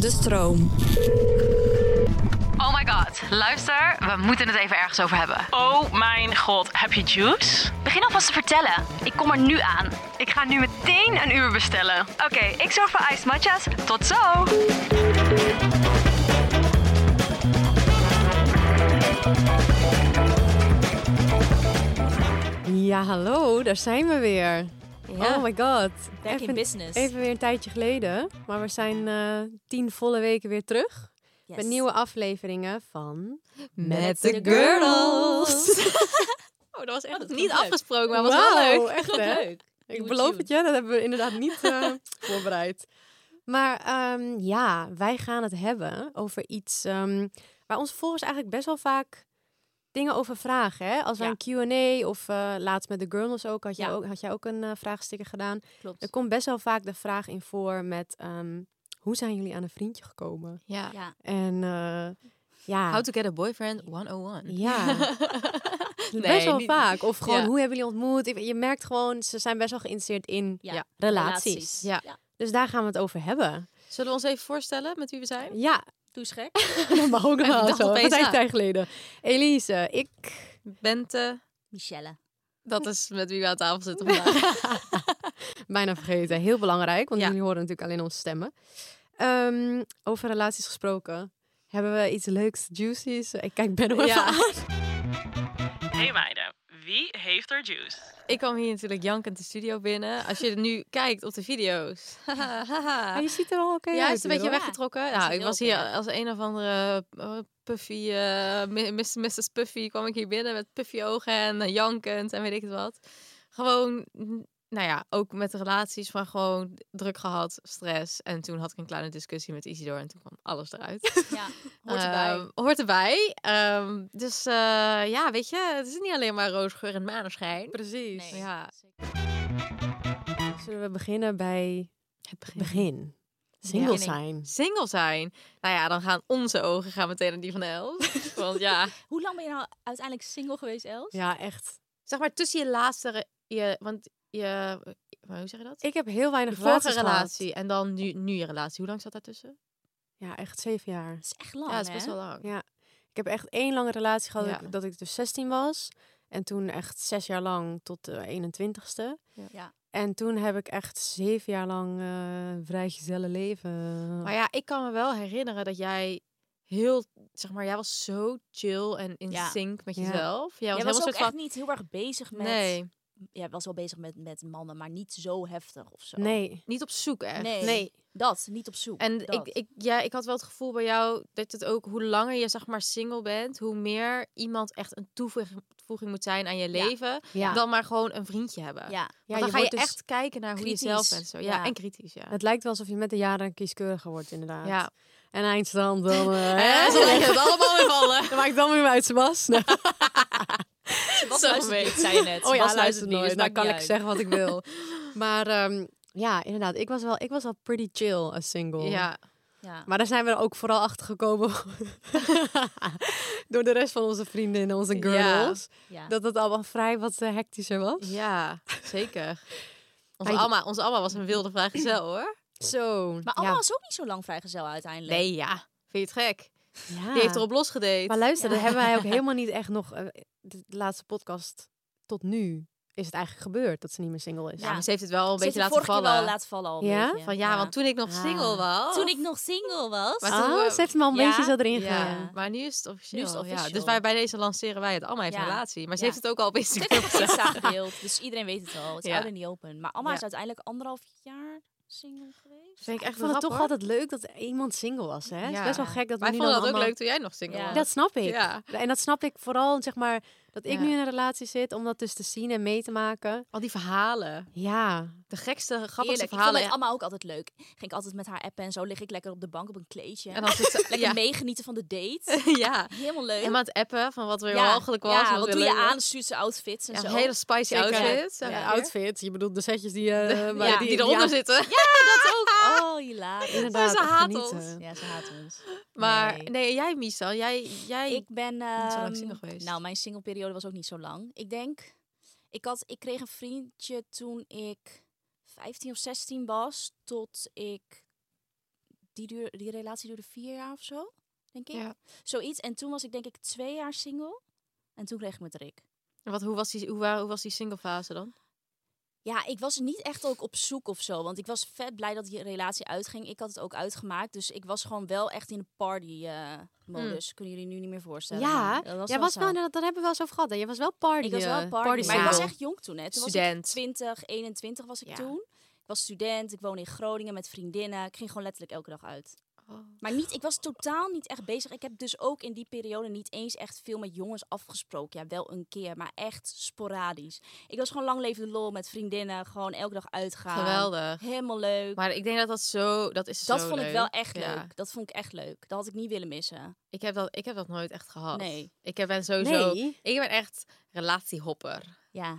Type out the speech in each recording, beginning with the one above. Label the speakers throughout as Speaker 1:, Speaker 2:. Speaker 1: De stroom.
Speaker 2: Oh my god, luister, we moeten het even ergens over hebben.
Speaker 3: Oh mijn god, heb je juice?
Speaker 2: Begin alvast te vertellen. Ik kom er nu aan. Ik ga nu meteen een uur bestellen. Oké, ik zorg voor ijs matcha's. Tot zo!
Speaker 4: Ja, hallo, daar zijn we weer. Oh my god.
Speaker 5: Back
Speaker 4: even,
Speaker 5: in business.
Speaker 4: Even weer een tijdje geleden, maar we zijn eh, tien volle weken weer terug.
Speaker 5: Yes.
Speaker 4: Met nieuwe afleveringen van...
Speaker 5: Met de Oh, dat was echt niet afgesproken, maar was wel
Speaker 4: Wauw,
Speaker 5: leuk.
Speaker 4: echt hè?
Speaker 5: leuk.
Speaker 4: Ik
Speaker 5: Goed
Speaker 4: beloof
Speaker 5: doen.
Speaker 4: het je, dat hebben we inderdaad niet eh, voorbereid. Maar ehm, ja, wij gaan het hebben over iets ehm, waar onze volgers eigenlijk best wel vaak dingen over vragen. Hè? Als wij een Q&A of eh, laatst met de girls ook, had, jij
Speaker 5: Ja.
Speaker 4: ook, had jij ook een eh, vraagsticker gedaan. Er
Speaker 5: Klopt.
Speaker 4: komt best wel vaak de vraag in voor met ehm, hoe zijn jullie aan een vriendje gekomen?
Speaker 6: Ja.
Speaker 5: Ja.
Speaker 4: En eh, ja,
Speaker 6: How to get a boyfriend 101.
Speaker 4: ja Dus
Speaker 6: Nee,
Speaker 4: best wel
Speaker 6: niet-
Speaker 4: vaak. Of gewoon
Speaker 6: Ja.
Speaker 4: hoe hebben jullie ontmoet? Ik- Je merkt gewoon, ze zijn best wel geïnteresseerd in
Speaker 5: Ja,
Speaker 4: ja, relaties.
Speaker 5: relaties.
Speaker 4: Ja.
Speaker 5: Ja.
Speaker 4: Dus daar gaan we het over hebben.
Speaker 6: Zullen we ons even voorstellen met wie we zijn?
Speaker 4: Ja,
Speaker 6: Doe eens gek.
Speaker 4: dat mag ook nog
Speaker 6: Ik
Speaker 4: wel
Speaker 6: dacht
Speaker 4: zo.
Speaker 6: opeens
Speaker 4: Wat heeft
Speaker 6: na.
Speaker 4: tijd geleden? Elise, ik...
Speaker 6: Bente,
Speaker 5: Michelle.
Speaker 6: dat is met wie we aan tafel zitten vandaag.
Speaker 4: Bijna vergeten. Heel belangrijk, want
Speaker 6: Ja.
Speaker 4: jullie horen natuurlijk alleen onze stemmen. Ehm, over relaties gesproken. Hebben we iets leuks, juicy's? Ik kijk Ben hoor.
Speaker 6: Ja.
Speaker 3: Hey meiden, wie heeft er juice?
Speaker 6: Ik kwam hier natuurlijk jankend de studio binnen. Als je nu kijkt op de video's.
Speaker 4: Maar je ziet er wel oké
Speaker 6: ja, hij
Speaker 4: uit.
Speaker 6: is een beetje
Speaker 4: hoor.
Speaker 5: wel.
Speaker 6: weggetrokken.
Speaker 5: Ja, hij
Speaker 6: nou,
Speaker 5: ziet
Speaker 6: ik
Speaker 5: er
Speaker 6: was
Speaker 5: heel
Speaker 6: hier
Speaker 5: oké uit.
Speaker 6: als een of andere eh, Puffy, eh, mi- Miss- Mrs. Puffy kwam ik hier binnen met Puffy ogen en eh, jankend en weet ik het wat. Gewoon, mm, nou ja, ook met de relaties van gewoon druk gehad, stress. En toen had ik een kleine discussie met Isidor en toen kwam alles eruit.
Speaker 5: Ja, hoort erbij.
Speaker 6: Ehm, hoort erbij. Ehm, dus eh, ja, weet je, het is niet alleen maar roosgeur en maneschijn.
Speaker 4: Precies.
Speaker 5: Nee.
Speaker 6: Ja,
Speaker 4: Zullen we beginnen bij
Speaker 6: het begin.
Speaker 4: begin? Single
Speaker 6: Beginning.
Speaker 4: zijn.
Speaker 6: Single zijn. Nou ja, dan gaan onze ogen gaan meteen naar die van Els. Want ja,
Speaker 5: Hoe lang ben je nou uiteindelijk single geweest, Els?
Speaker 4: Ja, echt.
Speaker 6: zeg maar tussen je laatste, re- je, want je, eh, hoe zeg je dat?
Speaker 4: Ik heb heel weinig
Speaker 6: je vorige
Speaker 4: relaties gehad.
Speaker 6: relatie en dan nu, nu je relatie. Hoe lang zat daartussen?
Speaker 4: Ja, echt zeven jaar.
Speaker 5: Dat is echt lang,
Speaker 6: ja, dat is
Speaker 5: hè?
Speaker 6: best wel lang.
Speaker 4: Ja. Ik heb echt één lange relatie gehad dat
Speaker 6: Ja.
Speaker 4: ik- dat ik dus 16 was. En toen echt zes jaar lang tot de 21ste.
Speaker 6: Ja.
Speaker 5: Ja.
Speaker 4: En toen heb ik echt zeven jaar lang eh vrijgezellen leven.
Speaker 6: Maar ja, ik kan me wel herinneren dat jij heel, zeg maar, jij was zo chill en in
Speaker 5: Ja.
Speaker 6: sync met
Speaker 4: Ja.
Speaker 6: jezelf. Jij was
Speaker 5: Jij
Speaker 6: helemaal
Speaker 5: was ook
Speaker 6: soort van,
Speaker 5: echt niet heel erg bezig met...
Speaker 6: nee,
Speaker 5: Jij was wel bezig met, met mannen, maar niet zo heftig of zo.
Speaker 4: nee.
Speaker 6: niet op zoek echt.
Speaker 5: Nee.
Speaker 4: Nee.
Speaker 5: Dat, niet op zoek.
Speaker 6: En
Speaker 5: dat.
Speaker 6: ik, ik, ja, ik had wel het gevoel bij jou dat het ook hoe langer je zeg maar single bent, hoe meer iemand echt een toevoeging, toevoeging moet zijn aan je
Speaker 5: Ja.
Speaker 6: leven,
Speaker 4: Ja.
Speaker 6: dan maar gewoon een vriendje hebben.
Speaker 5: Ja,
Speaker 4: ja,
Speaker 6: Want dan
Speaker 4: je
Speaker 6: ga je
Speaker 4: wordt dus-
Speaker 6: echt kijken naar hoe je zelf
Speaker 5: kritisch.
Speaker 6: bent. Zo. Ja,
Speaker 5: Ja.
Speaker 6: en kritisch, ja.
Speaker 4: Het lijkt wel alsof je met de jaren kieskeuriger wordt, inderdaad.
Speaker 6: ja.
Speaker 4: En eindstand dan... eh,
Speaker 6: Eh,
Speaker 4: hè?
Speaker 6: Zo lijkt het allemaal weer vallen.
Speaker 4: Dan maak ik dan weer uit Sebas.
Speaker 6: Oh
Speaker 4: Nee.
Speaker 6: Wat
Speaker 5: zei je net.
Speaker 4: Oh ja,
Speaker 6: Bas luistert
Speaker 4: luister
Speaker 6: niet,
Speaker 4: nooit.
Speaker 6: dus
Speaker 4: Dan
Speaker 6: maakt
Speaker 4: kan
Speaker 6: niet
Speaker 4: ik
Speaker 6: uit.
Speaker 4: zeggen wat ik wil. maar ehm, ja, inderdaad. Ik was, wel, ik was al pretty chill als single.
Speaker 6: Ja,
Speaker 5: Ja.
Speaker 4: Maar daar zijn we er ook vooral achter gekomen door de rest van onze vrienden en onze girls.
Speaker 5: ja.
Speaker 4: Dat het allemaal vrij wat eh, hectischer was.
Speaker 6: ja, zeker. Onze
Speaker 4: Hij-
Speaker 6: Alma, onze Alma was een wilde vrijgezel hoor.
Speaker 4: Zo.
Speaker 5: Maar Alma
Speaker 4: ja.
Speaker 5: was ook niet zo lang vrijgezel uiteindelijk.
Speaker 6: Nee, ja. Vind je het gek?
Speaker 4: Ja.
Speaker 6: Die heeft erop losgedate.
Speaker 4: Maar luister,
Speaker 5: Ja.
Speaker 4: dat hebben wij ook helemaal niet echt nog... eh, de de laatste podcast tot nu is het eigenlijk gebeurd dat ze niet meer single is.
Speaker 6: Ja, maar ze heeft het wel een
Speaker 5: Ze heeft
Speaker 6: beetje
Speaker 5: het
Speaker 6: laten
Speaker 5: vorige keer
Speaker 6: vallen.
Speaker 5: wel laten vallen al een
Speaker 4: Ja?
Speaker 5: beetje. Oh.
Speaker 6: Van ja, want toen ik nog
Speaker 4: Ah.
Speaker 6: single was.
Speaker 5: Toen ik nog single was.
Speaker 6: Maar
Speaker 4: Ah,
Speaker 6: toen we-
Speaker 4: ze heeft hem al een
Speaker 5: Ja?
Speaker 4: beetje zo
Speaker 6: Ja,
Speaker 4: erin gegaan.
Speaker 6: maar nu is het officieel.
Speaker 5: Nu is het
Speaker 6: Ja,
Speaker 5: officieel.
Speaker 6: dus wij, bij deze lanceren wij het. Alma heeft
Speaker 5: Ja.
Speaker 6: een relatie. Maar ze
Speaker 5: Ja.
Speaker 6: heeft het ook al op Instagram
Speaker 5: Het
Speaker 6: gezet.
Speaker 5: Instagram-beeld, dus iedereen weet het al. Het is
Speaker 6: Ja.
Speaker 5: ouder niet open. Maar Alma
Speaker 6: Ja.
Speaker 5: is uiteindelijk anderhalf jaar single geweest.
Speaker 6: Vind ik
Speaker 4: Ik
Speaker 6: echt
Speaker 4: vond het toch
Speaker 6: toch
Speaker 4: altijd leuk dat iemand single was, hè? Het is
Speaker 6: Ja.
Speaker 4: best wel gek dat we
Speaker 6: Wij
Speaker 4: nu
Speaker 6: vonden dat ook
Speaker 4: dan allemaal-
Speaker 6: leuk toen jij nog single
Speaker 5: Ja.
Speaker 6: was.
Speaker 4: Dat snap ik.
Speaker 6: Ja.
Speaker 4: En dat snap ik vooral, zeg maar, dat Dat ik
Speaker 6: Ja.
Speaker 4: nu in een relatie zit, om dat dus te zien en mee te maken.
Speaker 6: Al die verhalen.
Speaker 4: Ja,
Speaker 6: De gekste, grappigste
Speaker 5: Eerlijk, ik vond
Speaker 6: verhalen.
Speaker 5: het allemaal ook altijd leuk. Ging ik altijd met haar appen en zo lig ik lekker op de bank op een kleedje.
Speaker 6: en dan zit ze-
Speaker 5: lekker
Speaker 6: ja.
Speaker 5: meegenieten van de date.
Speaker 6: ja.
Speaker 5: Helemaal leuk.
Speaker 6: En aan het appen van wat weer mogelijk was.
Speaker 5: ja,
Speaker 6: en
Speaker 5: wat
Speaker 6: weer
Speaker 5: doe je
Speaker 6: leuk was.
Speaker 5: aan? Stuurt ze outfits en
Speaker 6: Ja,
Speaker 5: zo.
Speaker 6: een hele spicy
Speaker 4: Zeker.
Speaker 6: outfit.
Speaker 4: Ja,
Speaker 6: Ja,
Speaker 4: outfit. Je bedoelt de setjes die, eh, waar-
Speaker 6: ja, die, eronder
Speaker 4: aan-
Speaker 6: zitten.
Speaker 5: Dat ook. Oh, hilarisch.
Speaker 4: Inderdaad,
Speaker 6: ze haat
Speaker 4: genieten.
Speaker 6: ons.
Speaker 5: Ja, ze haat ons.
Speaker 6: Maar
Speaker 5: Nee.
Speaker 6: nee, jij Michel, jij, jij
Speaker 5: Ik ben...
Speaker 6: niet zo lang
Speaker 5: ehm,
Speaker 6: single geweest.
Speaker 5: Nou, mijn singleperiode was ook niet zo lang. Ik denk... Ik, had, ik kreeg een vriendje toen ik 15 of 16 was. Tot ik... Die, duur, die relatie duurde vier jaar of zo, denk ik.
Speaker 6: Ja.
Speaker 5: Zoiets. En toen was ik denk ik twee jaar single. En toen kreeg ik met Rick.
Speaker 6: Wat, hoe, was die, hoe, wa- hoe was die single fase dan?
Speaker 5: Ja, ik was niet echt ook op zoek of zo. Want ik was vet blij dat die relatie uitging. Ik had het ook uitgemaakt. Dus ik was gewoon wel echt in de
Speaker 6: Hmm.
Speaker 5: party-modus. Kunnen jullie nu niet meer voorstellen.
Speaker 4: Ja,
Speaker 5: maar dat was
Speaker 4: Jij
Speaker 5: wel
Speaker 4: was
Speaker 5: zo.
Speaker 4: wel, inderdaad, daar hebben we wel eens over gehad. hè. Je was wel party.
Speaker 5: Ik was wel
Speaker 4: eh,
Speaker 5: party. maar ik
Speaker 4: single.
Speaker 5: was echt jong toen. Hè. Toen
Speaker 6: Student.
Speaker 5: was ik 20, 21 was ik
Speaker 6: Ja.
Speaker 5: toen. Ik was student. Ik woonde in Groningen met vriendinnen. Ik ging gewoon letterlijk elke dag uit.
Speaker 6: Oh.
Speaker 5: Maar niet, ik was totaal niet echt bezig. Ik heb dus ook in die periode niet eens echt veel met jongens afgesproken. Ja, wel een keer, maar echt sporadisch. Ik was gewoon lang levende lol met vriendinnen. Gewoon elke dag uitgaan.
Speaker 6: Geweldig.
Speaker 5: Helemaal leuk.
Speaker 6: Maar ik denk dat dat zo, dat is
Speaker 5: dat
Speaker 6: zo
Speaker 5: vond ik
Speaker 6: leuk.
Speaker 5: wel echt
Speaker 6: Ja.
Speaker 5: leuk. Dat vond ik echt leuk. Dat had ik niet willen missen.
Speaker 6: Ik heb dat, ik heb dat nooit echt gehad.
Speaker 5: Nee.
Speaker 6: Ik heb ben sowieso,
Speaker 4: Nee.
Speaker 6: ik ben echt relatiehopper.
Speaker 5: Ja.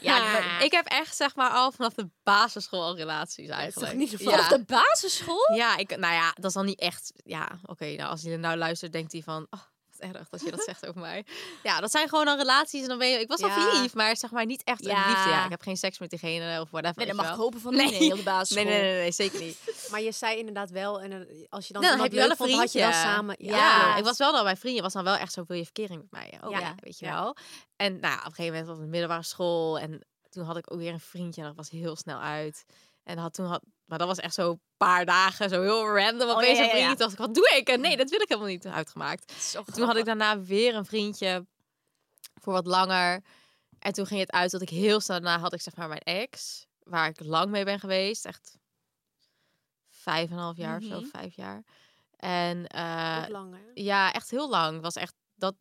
Speaker 6: Ja, ik ben- ik heb echt zeg maar al vanaf de basisschool al relaties
Speaker 4: is toch
Speaker 6: eigenlijk.
Speaker 4: niet normaal?
Speaker 5: Vanaf de basisschool?
Speaker 6: Ja, ik, nou ja, dat is dan niet echt. Ja, oké. nou, als hij er nou luistert, denkt hij van. Oh, wat erg dat je dat zegt over mij. Ja, dat zijn gewoon dan relaties. En dan ben je. Ik was al
Speaker 4: Ja.
Speaker 6: verliefd, maar zeg maar niet echt een
Speaker 5: Ja.
Speaker 6: liefde. Ja, ik heb geen seks met diegene of whatever.
Speaker 5: Nee,
Speaker 6: weet
Speaker 5: dat
Speaker 6: je
Speaker 5: mag ik
Speaker 6: wel.
Speaker 5: hopen van
Speaker 6: Nee.
Speaker 5: nee. nee, op de
Speaker 6: Nee,
Speaker 5: basisschool.
Speaker 6: nee, nee, nee, zeker niet.
Speaker 4: Maar je zei inderdaad wel, en eh, als je dan,
Speaker 6: Nou, dan
Speaker 4: iemand
Speaker 6: heb je wel
Speaker 4: leuk
Speaker 6: een
Speaker 4: vond,
Speaker 6: vriendje.
Speaker 4: had je wel samen...
Speaker 6: Ja, ik was wel dan mijn vriendje was dan wel echt zo wil je verkering met mij. Oh
Speaker 5: Ja.
Speaker 6: ja, weet je wel. En nou, ja, op een gegeven moment was ik op de middelbare school en toen had ik ook weer een vriendje en dat was heel snel uit. En had toen had, maar dat was echt zo een paar dagen zo heel random opeens
Speaker 5: ja,
Speaker 6: een
Speaker 5: ja, ja.
Speaker 6: vriendje. Toen dacht ik wat doe ik? En nee, dat wil ik helemaal niet uitgemaakt.
Speaker 5: Zo
Speaker 6: Toen had ik
Speaker 5: grappig.
Speaker 6: daarna weer een vriendje voor wat langer. En toen ging het uit dat ik heel snel daarna had ik zeg maar mijn ex, waar ik lang mee ben geweest, echt vijf en een half jaar of
Speaker 5: Mhm.
Speaker 6: zo, vijf jaar. En eh,
Speaker 4: Ook lang, hè?
Speaker 6: ja, echt heel lang. Was echt dat.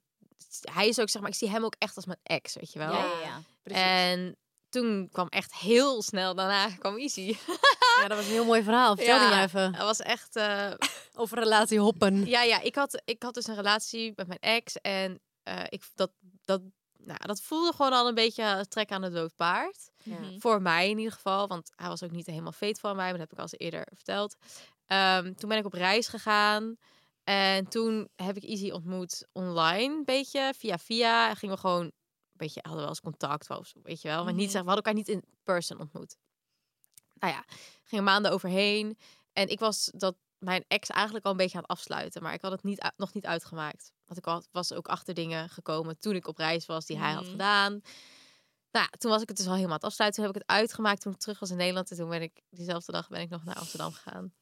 Speaker 6: Hij is ook zeg maar, ik zie hem ook echt als mijn ex, weet je wel.
Speaker 5: Ja, ja, ja.
Speaker 4: Precies.
Speaker 6: En toen kwam echt heel snel daarna kwam Easy.
Speaker 4: Ja, dat was een heel mooi verhaal. Vertel die
Speaker 6: Ja.
Speaker 4: maar even.
Speaker 6: Dat was echt. eh,
Speaker 4: Over relatie hoppen.
Speaker 6: ja, ja. Ik had, ik had dus een relatie met mijn ex en eh, ik dat dat. Nou, dat voelde gewoon al een beetje trek aan het dood paard.
Speaker 5: Mhm.
Speaker 6: Voor mij in ieder geval, want hij was ook niet helemaal faithful van mij, maar dat heb ik al eens eerder verteld. Ehm, toen ben ik op reis gegaan en toen heb ik Izzy ontmoet online, een beetje via via. Gingen we gewoon, een beetje hadden we wel eens contact of zo, weet je wel. Maar niet, zeg, we hadden elkaar niet in person ontmoet. Nou ja, gingen maanden overheen en ik was dat mijn ex eigenlijk al een beetje aan het afsluiten, maar ik had het niet, u- nog niet uitgemaakt. Want ik had- was ook achter dingen gekomen toen ik op reis was die hij had
Speaker 5: Mhm.
Speaker 6: gedaan. Nou, ja, toen was ik het dus al helemaal aan het afsluiten. Toen heb ik het uitgemaakt toen ik terug was in Nederland. En toen ben ik diezelfde dag ben ik nog naar Amsterdam gegaan.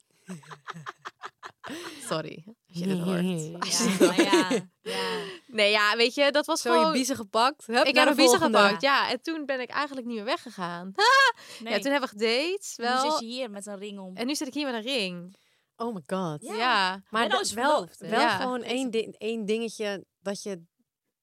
Speaker 6: Sorry, als je dit hoort. Als je dit
Speaker 5: Ja, maar
Speaker 6: hoort.
Speaker 5: ja, ja.
Speaker 6: Nee, ja, weet je, dat was
Speaker 4: Zo je
Speaker 6: gewoon...
Speaker 4: biezen gepakt. Hup,
Speaker 6: ik
Speaker 4: naar
Speaker 6: heb een
Speaker 4: de
Speaker 6: visa
Speaker 4: volgende.
Speaker 6: gepakt, ja. En toen ben ik eigenlijk niet meer weggegaan.
Speaker 5: Nee.
Speaker 6: Ja, toen hebben we gedate,
Speaker 5: Nu
Speaker 6: wel.
Speaker 5: zit je hier met een ring om.
Speaker 6: En nu zit ik hier met een ring.
Speaker 4: Oh my god.
Speaker 6: Ja.
Speaker 4: Maar
Speaker 5: En nou
Speaker 4: dat
Speaker 5: is
Speaker 4: wel,
Speaker 5: verloofd, hè?
Speaker 4: wel
Speaker 6: Ja.
Speaker 4: gewoon één, ding, één dingetje dat je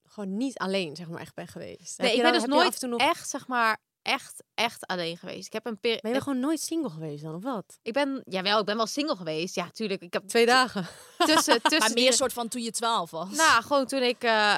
Speaker 4: gewoon niet alleen zeg maar echt bent geweest.
Speaker 6: Nee, ik
Speaker 4: Heb
Speaker 6: ben
Speaker 4: je dan-
Speaker 6: dus
Speaker 4: heb je af en
Speaker 6: nooit
Speaker 4: toe nog...
Speaker 6: echt, zeg maar, echt, echt alleen geweest. Ik heb een peri-
Speaker 4: Ben je gewoon nooit single geweest dan, of wat?
Speaker 6: Ik ben, jawel, ik ben wel single geweest. Ja, tuurlijk. Ik heb
Speaker 4: Twee dagen.
Speaker 6: tussen, tussen
Speaker 5: Maar
Speaker 6: die-
Speaker 5: meer soort van toen je 12 was.
Speaker 6: Nou, gewoon toen ik. eh,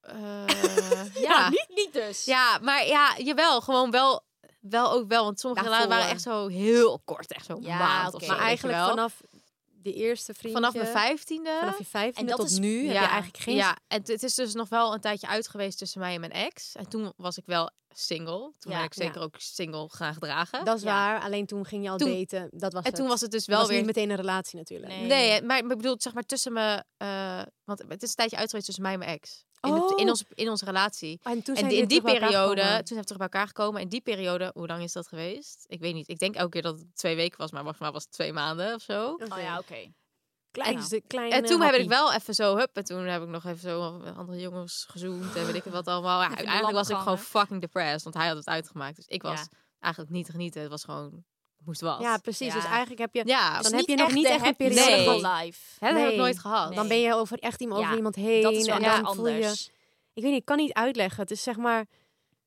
Speaker 6: eh, ja.
Speaker 5: niet, niet dus.
Speaker 6: ja, maar ja, jawel, gewoon wel, wel ook wel. Want sommige relaties waren echt zo heel kort, echt zo
Speaker 5: Ja,
Speaker 6: ja, maand
Speaker 5: oké.
Speaker 6: of zo.
Speaker 4: Maar
Speaker 6: weet je
Speaker 4: eigenlijk
Speaker 6: wel.
Speaker 4: vanaf de eerste vriendje...
Speaker 6: vanaf mijn vijftiende.
Speaker 4: Vanaf je
Speaker 5: En
Speaker 4: vijftiende
Speaker 5: dat
Speaker 4: tot
Speaker 5: is-
Speaker 4: nu heb
Speaker 6: Ja.
Speaker 4: je eigenlijk geen...
Speaker 6: Ja, en t- het is dus nog wel een tijdje uit geweest tussen mij en mijn ex. En toen was ik wel single. Toen
Speaker 5: Ja,
Speaker 6: ben ik zeker
Speaker 4: ja.
Speaker 6: ook single gaan gedragen.
Speaker 4: Dat is
Speaker 5: Ja.
Speaker 4: waar, alleen toen ging je al
Speaker 6: Toen-
Speaker 4: daten. Dat was
Speaker 6: en toen
Speaker 4: het.
Speaker 6: was het dus wel
Speaker 4: was
Speaker 6: weer
Speaker 4: niet meteen een relatie natuurlijk.
Speaker 5: Nee.
Speaker 6: Nee, maar ik bedoel, zeg maar tussen me. eh, want het is een tijdje uit geweest tussen mij en mijn ex. In, het-
Speaker 4: Oh.
Speaker 6: in, onze, in onze relatie.
Speaker 4: En toen
Speaker 6: en
Speaker 4: zijn
Speaker 6: die- in die
Speaker 4: jullie terug bij elkaar
Speaker 6: periode, toen
Speaker 4: gekomen.
Speaker 6: zijn we terug bij elkaar gekomen. In die periode, hoe lang is dat geweest? Ik weet niet. Ik denk elke keer dat het twee weken was, maar volgens mij was het twee maanden of zo.
Speaker 4: Oké.
Speaker 5: Oh ja, oké.
Speaker 4: Klein,
Speaker 5: nou.
Speaker 4: dus een kleine
Speaker 6: En toen heb ik
Speaker 4: happy.
Speaker 6: wel even zo, hup, en toen heb ik nog even zo andere jongens gezoend en weet ik het wat allemaal. Ja,
Speaker 5: Even de
Speaker 6: eigenlijk was ik
Speaker 5: lamp
Speaker 6: gewoon fucking depressed, want hij had het uitgemaakt. Dus ik was
Speaker 5: Ja.
Speaker 6: eigenlijk niet te genieten. Het was gewoon, moest wat.
Speaker 4: Ja, precies. Dus
Speaker 5: Ja.
Speaker 4: eigenlijk heb je...
Speaker 6: ja.
Speaker 5: Dus
Speaker 4: dan heb je nog niet echt een
Speaker 5: happy
Speaker 4: periode
Speaker 5: single
Speaker 6: gehad.
Speaker 5: life.
Speaker 6: hè, dat heb ik
Speaker 4: Nee.
Speaker 6: nooit gehad.
Speaker 4: Dan ben je over echt iemand,
Speaker 5: Ja,
Speaker 4: over iemand heen.
Speaker 5: dat is wel
Speaker 4: en
Speaker 5: echt
Speaker 4: dan voel je...
Speaker 5: anders.
Speaker 4: Ik weet niet, ik kan niet uitleggen. Het is zeg maar,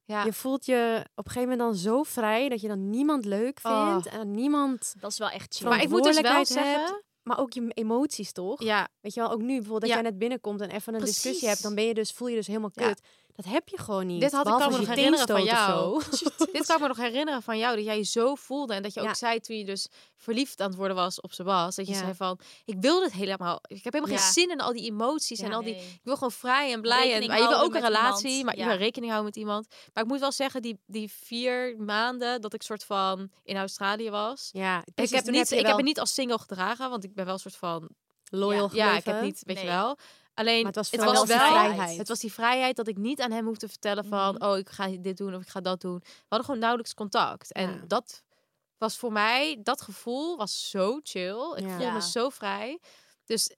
Speaker 6: Ja.
Speaker 4: je voelt je op een gegeven moment dan zo vrij dat je dan niemand leuk
Speaker 6: Oh.
Speaker 4: vindt en niemand,
Speaker 5: Dat is wel echt chill.
Speaker 6: maar ik moet dus wel
Speaker 4: verantwoordelijkheid hebt.
Speaker 6: zeggen...
Speaker 4: maar ook je emoties toch?
Speaker 6: Ja,
Speaker 4: Weet je wel, ook nu bijvoorbeeld dat
Speaker 6: Ja.
Speaker 4: jij net binnenkomt en even een discussie
Speaker 5: Precies.
Speaker 4: hebt, dan ben je dus, voel je dus helemaal
Speaker 6: Ja.
Speaker 4: kut. Dat heb je gewoon niet.
Speaker 6: Dit had ik
Speaker 4: behalve
Speaker 6: kan me
Speaker 4: als
Speaker 6: nog
Speaker 4: je
Speaker 6: herinneren van
Speaker 4: teenstoot
Speaker 6: jou.
Speaker 4: of zo. Dus
Speaker 6: Dit kan ik me nog herinneren van jou, dat jij je zo voelde. En dat je ook
Speaker 4: Ja.
Speaker 6: zei toen je dus verliefd aan het worden was op Sebas. Dat je
Speaker 4: Ja.
Speaker 6: zei van, ik wil dit helemaal. Ik heb helemaal geen
Speaker 5: Ja.
Speaker 6: zin in al die emoties en
Speaker 4: Ja.
Speaker 6: al die...
Speaker 5: Nee.
Speaker 6: Ik wil gewoon vrij en blij. En,
Speaker 5: Rekening
Speaker 6: maar je wil ook een
Speaker 5: houden met
Speaker 6: relatie,
Speaker 5: iemand.
Speaker 6: maar je
Speaker 5: Ja.
Speaker 6: wil rekening houden met iemand. Maar ik moet wel zeggen, die, die vier maanden dat ik soort van in Australië was...
Speaker 4: Ja,
Speaker 6: Ik
Speaker 4: precies,
Speaker 6: heb,
Speaker 4: toen
Speaker 6: niet,
Speaker 4: je
Speaker 6: ik heb
Speaker 4: wel
Speaker 6: het niet als single gedragen, want ik ben wel een soort van...
Speaker 4: loyal
Speaker 6: Ja, ik heb
Speaker 4: gebleven.
Speaker 6: niet, weet je
Speaker 5: Nee.
Speaker 6: wel. Alleen,
Speaker 4: Maar het was
Speaker 6: het
Speaker 4: vooral
Speaker 6: was
Speaker 4: die
Speaker 6: wel...
Speaker 4: vrijheid.
Speaker 6: Het was die vrijheid dat ik niet aan hem hoefde te vertellen van...
Speaker 5: Mhm.
Speaker 6: oh, ik ga dit doen of ik ga dat doen. We hadden gewoon nauwelijks contact. En
Speaker 4: Ja.
Speaker 6: dat was voor mij... Dat gevoel was zo chill. Ik
Speaker 4: Ja.
Speaker 6: voelde
Speaker 5: Ja.
Speaker 6: me zo vrij. Dus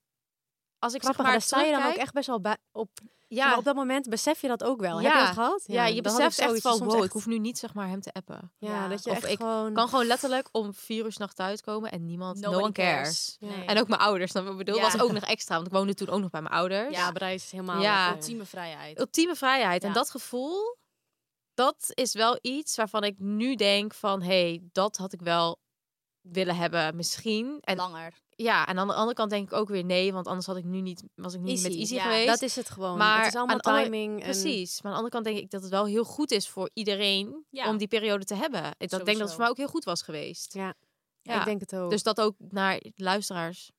Speaker 6: als ik
Speaker 4: Grappig,
Speaker 6: zeg maar
Speaker 4: daar sta je dan ook
Speaker 6: terugkijk-
Speaker 4: echt best wel bij, op.
Speaker 6: Ja,
Speaker 4: Maar op dat moment besef je dat ook wel. Heb
Speaker 6: Ja.
Speaker 4: je dat gehad?
Speaker 6: ja, je
Speaker 4: dan had ik
Speaker 6: beseft echt
Speaker 4: zoiets dus
Speaker 6: van...
Speaker 4: soms
Speaker 6: wow, ik
Speaker 4: echt-
Speaker 6: hoef nu niet zeg maar hem te appen.
Speaker 4: Ja, dat je
Speaker 6: Of
Speaker 4: echt
Speaker 6: ik
Speaker 4: gewoon...
Speaker 6: Ik kan gewoon letterlijk om vier uur 's nachts thuiskomen en niemand... No,
Speaker 5: Nobody
Speaker 6: one cares.
Speaker 4: Nee.
Speaker 6: En ook mijn ouders, dan bedoel,
Speaker 5: Ja.
Speaker 6: was ook nog extra. Want ik woonde toen ook nog bij mijn ouders.
Speaker 4: Ja, Parijs is helemaal...
Speaker 6: Ja.
Speaker 4: lekker.
Speaker 5: Ultieme vrijheid.
Speaker 6: ultieme vrijheid. En
Speaker 5: Ja.
Speaker 6: dat gevoel, dat is wel iets waarvan ik nu denk van... hé, hey, dat had ik wel willen hebben misschien. En,
Speaker 5: Langer.
Speaker 6: ja, en aan de andere kant denk ik ook weer nee... want anders had ik nu niet, was ik nu niet met
Speaker 5: Easy,
Speaker 6: Easy
Speaker 5: ja.
Speaker 6: geweest.
Speaker 4: Dat is het gewoon.
Speaker 6: Maar
Speaker 4: het is allemaal
Speaker 6: aan de andere-
Speaker 4: timing. en-
Speaker 6: Precies. Maar aan de andere kant denk ik dat het wel heel goed is voor iedereen...
Speaker 5: Ja.
Speaker 6: om die periode te hebben. Ik dat- denk dat het
Speaker 5: Sowieso.
Speaker 6: voor mij ook heel goed was geweest.
Speaker 4: Ja.
Speaker 6: Ja.
Speaker 4: Ik denk het ook.
Speaker 6: Dus dat ook naar luisteraars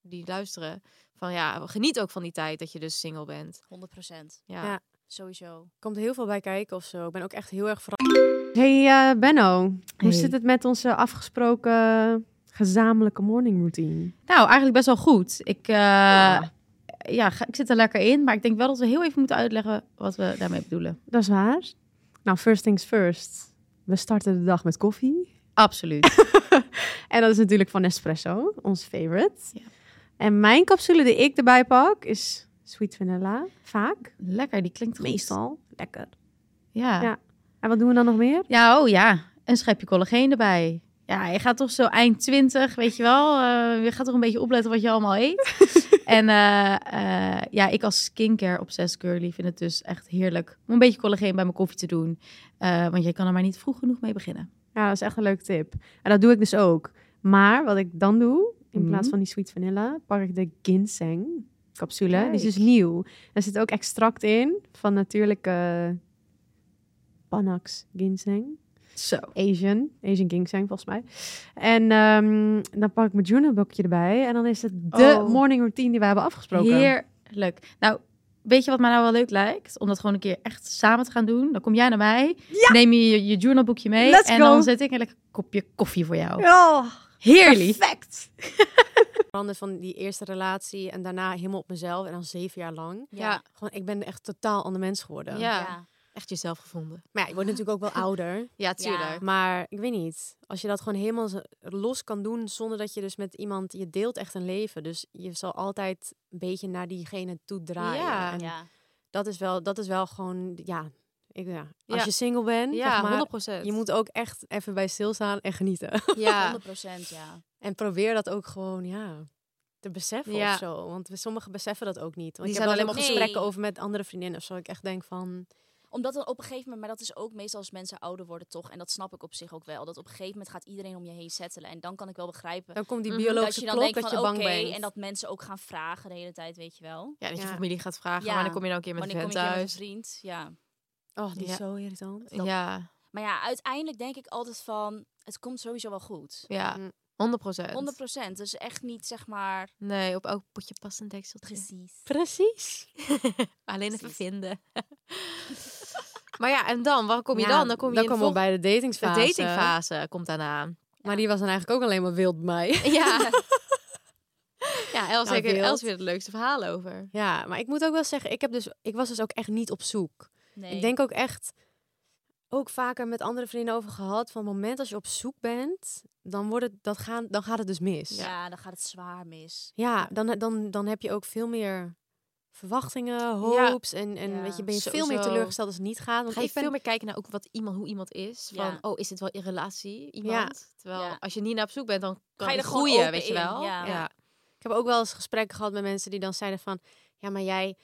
Speaker 6: die luisteren... van ja, geniet ook van die tijd dat je dus single bent.
Speaker 5: 100 procent.
Speaker 6: Ja.
Speaker 4: Ja.
Speaker 5: Sowieso.
Speaker 4: komt heel veel bij kijken of zo. Ik ben ook echt heel erg veranderd. Hey eh, Benno, hoe
Speaker 6: Hey.
Speaker 4: zit het met onze afgesproken gezamenlijke morning routine?
Speaker 7: Nou, eigenlijk best wel goed. Ik, eh, ja. ga- ik zit er lekker in, maar ik denk wel dat we heel even moeten uitleggen wat we daarmee bedoelen.
Speaker 4: Dat is waar. Nou, first things first. We starten de dag met koffie.
Speaker 7: Absoluut.
Speaker 4: En dat is natuurlijk van Nespresso, ons favorite.
Speaker 7: Ja.
Speaker 4: En mijn capsule die ik erbij pak is sweet vanilla, vaak.
Speaker 7: lekker, die klinkt goed.
Speaker 4: Meestal. Lekker.
Speaker 7: Ja.
Speaker 4: Ja.
Speaker 7: ja.
Speaker 4: En wat doen we dan nog meer?
Speaker 7: oh ja. Een schepje collageen erbij. Ja, je gaat toch zo eind 20, weet je wel. eh, je gaat toch een beetje opletten wat je allemaal eet. en eh, eh, ja, ik als skincare obsessed girly vind het dus echt heerlijk om een beetje collageen bij mijn koffie te doen. Eh, want je kan er maar niet vroeg genoeg mee beginnen.
Speaker 4: Ja, dat is echt een leuke tip. En dat doe ik dus ook. Maar wat ik dan doe, in
Speaker 7: Mhm.
Speaker 4: plaats van die sweet vanilla, pak ik de ginseng capsule. Die is dus
Speaker 7: Kijk.
Speaker 4: nieuw. Er zit ook extract in van natuurlijke Panax ginseng.
Speaker 7: Zo.
Speaker 4: Asian, Asian ginseng volgens mij. En ehm, dan pak ik mijn juniperblokje erbij. En dan is het de
Speaker 7: Oh.
Speaker 4: morning routine die we hebben afgesproken.
Speaker 7: Heerlijk. Nou, weet je wat mij nou wel leuk lijkt? Om dat gewoon een keer echt samen te gaan doen. Dan kom jij naar mij, neem je je, je journalboekje mee
Speaker 4: Let's
Speaker 7: en
Speaker 4: go.
Speaker 7: dan zet ik een lekker kopje koffie voor jou.
Speaker 4: Oh,
Speaker 7: Heerlijk.
Speaker 4: perfect. Anders van die eerste relatie en daarna helemaal op mezelf. En dan zeven jaar lang.
Speaker 6: Ja.
Speaker 4: Gewoon, ik ben echt totaal ander mens geworden.
Speaker 6: Ja.
Speaker 5: ja.
Speaker 6: Echt jezelf gevonden.
Speaker 4: Maar ja, je wordt natuurlijk ook wel ouder.
Speaker 6: Ja,
Speaker 5: tuurlijk.
Speaker 6: tuurlijk.
Speaker 4: Maar ik weet niet. Als je dat gewoon helemaal zo- los kan doen zonder dat je dus met iemand... Je deelt echt een leven. Dus je zal altijd een beetje naar diegene toe draaien.
Speaker 6: Ja.
Speaker 4: En
Speaker 5: Ja.
Speaker 4: Dat, is wel, dat is wel gewoon... Ja, ik, ja. als
Speaker 6: Ja.
Speaker 4: je single bent,
Speaker 6: Ja,
Speaker 4: zeg maar,
Speaker 6: 100%.
Speaker 4: je moet ook echt even bij stilstaan en genieten.
Speaker 6: ja.
Speaker 5: 100 procent, ja.
Speaker 4: en probeer dat ook gewoon, ja... Te beseffen
Speaker 6: Ja.
Speaker 4: of zo. Want we- sommigen beseffen dat ook niet. Want
Speaker 6: Die
Speaker 4: ik
Speaker 6: zijn
Speaker 4: heb wel
Speaker 6: alleen
Speaker 4: ook
Speaker 5: maar op-
Speaker 4: gesprekken
Speaker 5: Nee.
Speaker 4: over met andere vriendinnen of zo. Ik echt denk van...
Speaker 5: Omdat dan op een gegeven moment, maar dat is ook meestal als mensen ouder worden toch, en dat snap ik op zich ook wel, dat op een gegeven moment gaat iedereen om je heen settelen. En dan kan ik wel begrijpen
Speaker 4: Dan komt die
Speaker 6: Mhm.
Speaker 5: dat
Speaker 4: biologische
Speaker 5: je dan
Speaker 4: klok
Speaker 5: denkt
Speaker 4: dat je
Speaker 5: van
Speaker 4: bang
Speaker 5: oké,
Speaker 4: bent.
Speaker 5: en dat mensen ook gaan vragen de hele tijd, weet je wel.
Speaker 6: Ja, dat je
Speaker 4: Ja.
Speaker 6: familie gaat vragen,
Speaker 5: Ja.
Speaker 6: wanneer kom je nou een keer met een
Speaker 5: Wanneer kom
Speaker 6: vent
Speaker 5: ik hier met een
Speaker 6: thuis?
Speaker 5: vriend? Ja.
Speaker 4: Oh, die is
Speaker 6: Ja.
Speaker 4: zo irritant.
Speaker 5: Dat-
Speaker 6: Ja,
Speaker 5: Maar ja, uiteindelijk denk ik altijd van, het komt sowieso wel goed.
Speaker 6: ja,
Speaker 4: Mm.
Speaker 6: 100 procent.
Speaker 5: 100 procent, dus echt niet zeg maar...
Speaker 6: Nee, op elk potje past een dekseltje.
Speaker 5: Precies.
Speaker 4: Precies.
Speaker 6: Alleen even
Speaker 5: Precies.
Speaker 6: vinden. maar ja, en dan, waar kom je
Speaker 4: Ja,
Speaker 6: dan? Dan kom je in de
Speaker 4: Nou, komen we
Speaker 6: volgende-
Speaker 4: bij de datingsfase.
Speaker 6: de datingfase, komt daarna.
Speaker 4: Maar die was dan eigenlijk ook alleen maar wild bij mij.
Speaker 6: Ja. Nou, ja, Els
Speaker 4: Ja,
Speaker 6: heeft
Speaker 4: wild.
Speaker 6: Els weer het leukste verhaal over.
Speaker 4: Ja, maar ik moet ook wel zeggen, ik, heb dus, ik was dus ook echt niet op zoek.
Speaker 5: Nee.
Speaker 4: Ik denk ook echt, ook vaker met andere vrienden over gehad, van het moment als je op zoek bent, dan, wordt het, dat gaan, dan gaat het dus mis.
Speaker 5: ja. dan gaat het zwaar mis.
Speaker 4: Ja, dan, dan, dan heb je ook veel meer verwachtingen, hopes en, en
Speaker 5: Ja,
Speaker 4: weet je, ben je veel
Speaker 6: sowieso.
Speaker 4: meer teleurgesteld als het niet gaat. Want
Speaker 6: Ga je
Speaker 4: ik ben,
Speaker 6: veel meer kijken naar ook wat iemand, hoe iemand is. Van,
Speaker 5: Ja.
Speaker 6: oh, is dit wel in relatie iemand? Terwijl,
Speaker 5: Ja.
Speaker 6: als je niet naar op zoek bent, dan kan
Speaker 5: je
Speaker 6: het
Speaker 5: er gewoon
Speaker 6: groeien,
Speaker 5: open
Speaker 6: weet je
Speaker 5: in,
Speaker 6: wel?
Speaker 5: ja.
Speaker 4: Ik heb ook wel eens gesprekken gehad met mensen die dan zeiden van... Ja, maar jij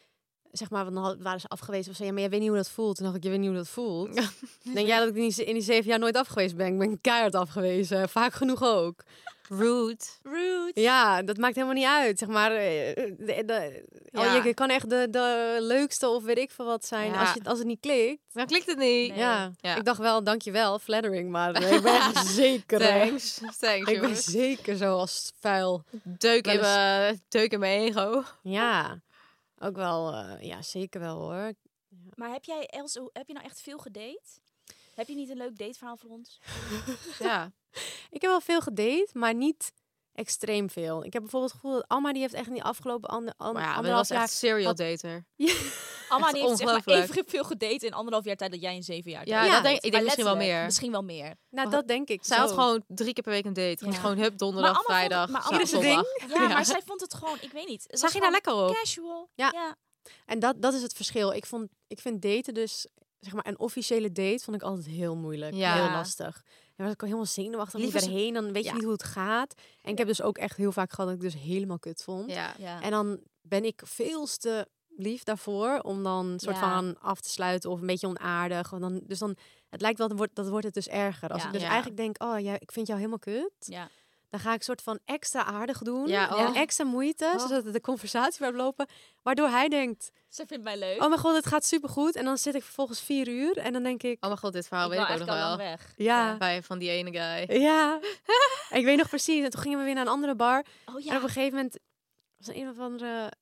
Speaker 4: zeg maar, want dan had- waren ze afgewezen. Of zei, ja, maar jij weet niet hoe dat voelt. Toen dacht ik, je weet niet hoe dat voelt. Denk jij dat ik in die, ze- in die zeven jaar nooit afgewezen ben? Ik ben keihard afgewezen. Vaak genoeg ook.
Speaker 6: Rude.
Speaker 5: Rude.
Speaker 4: Ja, dat maakt helemaal niet uit. Zeg maar, eh, de- de- al
Speaker 6: Ja.
Speaker 4: je kan echt de, de leukste of weet ik veel wat zijn.
Speaker 6: Ja.
Speaker 4: Als, je, als het niet klikt.
Speaker 6: Dan klikt het niet.
Speaker 5: Nee.
Speaker 4: Ja.
Speaker 6: Ja.
Speaker 4: ik dacht wel, dankjewel, flattering. Maar eh, ik ben echt zeker... eh,
Speaker 6: Thanks. Thanks,
Speaker 4: Ik ben
Speaker 6: jongens.
Speaker 4: zeker zo als vuil.
Speaker 6: Deuk,
Speaker 4: wel
Speaker 6: in mijn, deuk in mijn ego.
Speaker 4: Ja, ook wel. eh, ja, zeker wel hoor.
Speaker 5: Maar heb jij, Els, hoe- heb je nou echt veel gedate? Heb je niet een leuk dateverhaal voor ons?
Speaker 6: Ja.
Speaker 4: Ik heb wel veel gedate, maar niet extreem veel. Ik heb bijvoorbeeld het gevoel dat Alma die heeft echt in die afgelopen ander, an-
Speaker 6: Maar ja, dat
Speaker 4: anderhalf
Speaker 6: was
Speaker 4: jaar...
Speaker 6: echt serial
Speaker 4: had-
Speaker 6: dater.
Speaker 5: Amma
Speaker 6: Echt
Speaker 5: die heeft zeg maar
Speaker 6: ongelooflijk.
Speaker 5: even veel gedate in anderhalf jaar tijd dat jij in zeven jaar
Speaker 6: Ja,
Speaker 5: deed.
Speaker 6: dat denk, ik
Speaker 5: Maar
Speaker 6: denk misschien wel
Speaker 5: letterlijk,
Speaker 6: meer.
Speaker 5: Misschien wel meer.
Speaker 4: Nou, dat denk ik.
Speaker 6: Zij
Speaker 4: zo.
Speaker 6: had gewoon drie keer per week een date. Ging
Speaker 5: Ja.
Speaker 6: Gewoon hup, donderdag,
Speaker 5: Maar allemaal
Speaker 6: vrijdag,
Speaker 5: vond- maar
Speaker 6: zaterdag,
Speaker 4: allemaal-
Speaker 6: zondag.
Speaker 5: Ja,
Speaker 6: Ja.
Speaker 5: maar zij vond het gewoon, ik weet niet. het was
Speaker 6: Zag je nou daar
Speaker 5: gewoon
Speaker 6: lekker op?
Speaker 5: Casual.
Speaker 4: Ja.
Speaker 5: ja.
Speaker 4: En dat, dat is het verschil. Ik, vond, ik vind daten dus, zeg maar, een officiële date vond ik altijd heel moeilijk.
Speaker 6: Ja.
Speaker 4: Heel lastig. En was ik al helemaal zenuwachtig. Liever
Speaker 6: Liever
Speaker 4: heen, dan weet
Speaker 6: Ja.
Speaker 4: je niet hoe het gaat. En ik heb dus ook echt heel vaak gehad dat ik dus helemaal kut vond.
Speaker 6: Ja.
Speaker 5: Ja.
Speaker 4: En dan ben ik veel te lief daarvoor om dan een soort
Speaker 5: Ja.
Speaker 4: van af te sluiten of een beetje onaardig. Want dan, dus dan, het lijkt wel, dan wordt, dat wordt het dus erger. Als
Speaker 5: Ja.
Speaker 4: ik dus
Speaker 6: Ja.
Speaker 4: eigenlijk denk, oh ja, ik vind jou helemaal kut.
Speaker 5: Ja.
Speaker 4: Dan ga ik soort van extra aardig doen
Speaker 6: Ja,
Speaker 4: en
Speaker 6: oh.
Speaker 4: extra moeite,
Speaker 6: Oh.
Speaker 4: zodat de conversatie blijft lopen. Waardoor hij denkt,
Speaker 5: Ze vindt mij leuk.
Speaker 4: oh mijn god, het gaat supergoed. En dan zit ik vervolgens vier uur en dan denk ik,
Speaker 6: Oh mijn god, dit verhaal
Speaker 5: ik wil
Speaker 6: weet ik ook
Speaker 5: eigenlijk al lang
Speaker 6: nog wel.
Speaker 5: weg.
Speaker 4: ja,
Speaker 6: Bij van die ene guy.
Speaker 4: ja. En ik weet nog precies. En toen gingen we weer naar een andere bar.
Speaker 5: Oh
Speaker 4: En
Speaker 5: ja.
Speaker 4: op een gegeven moment was er een of andere,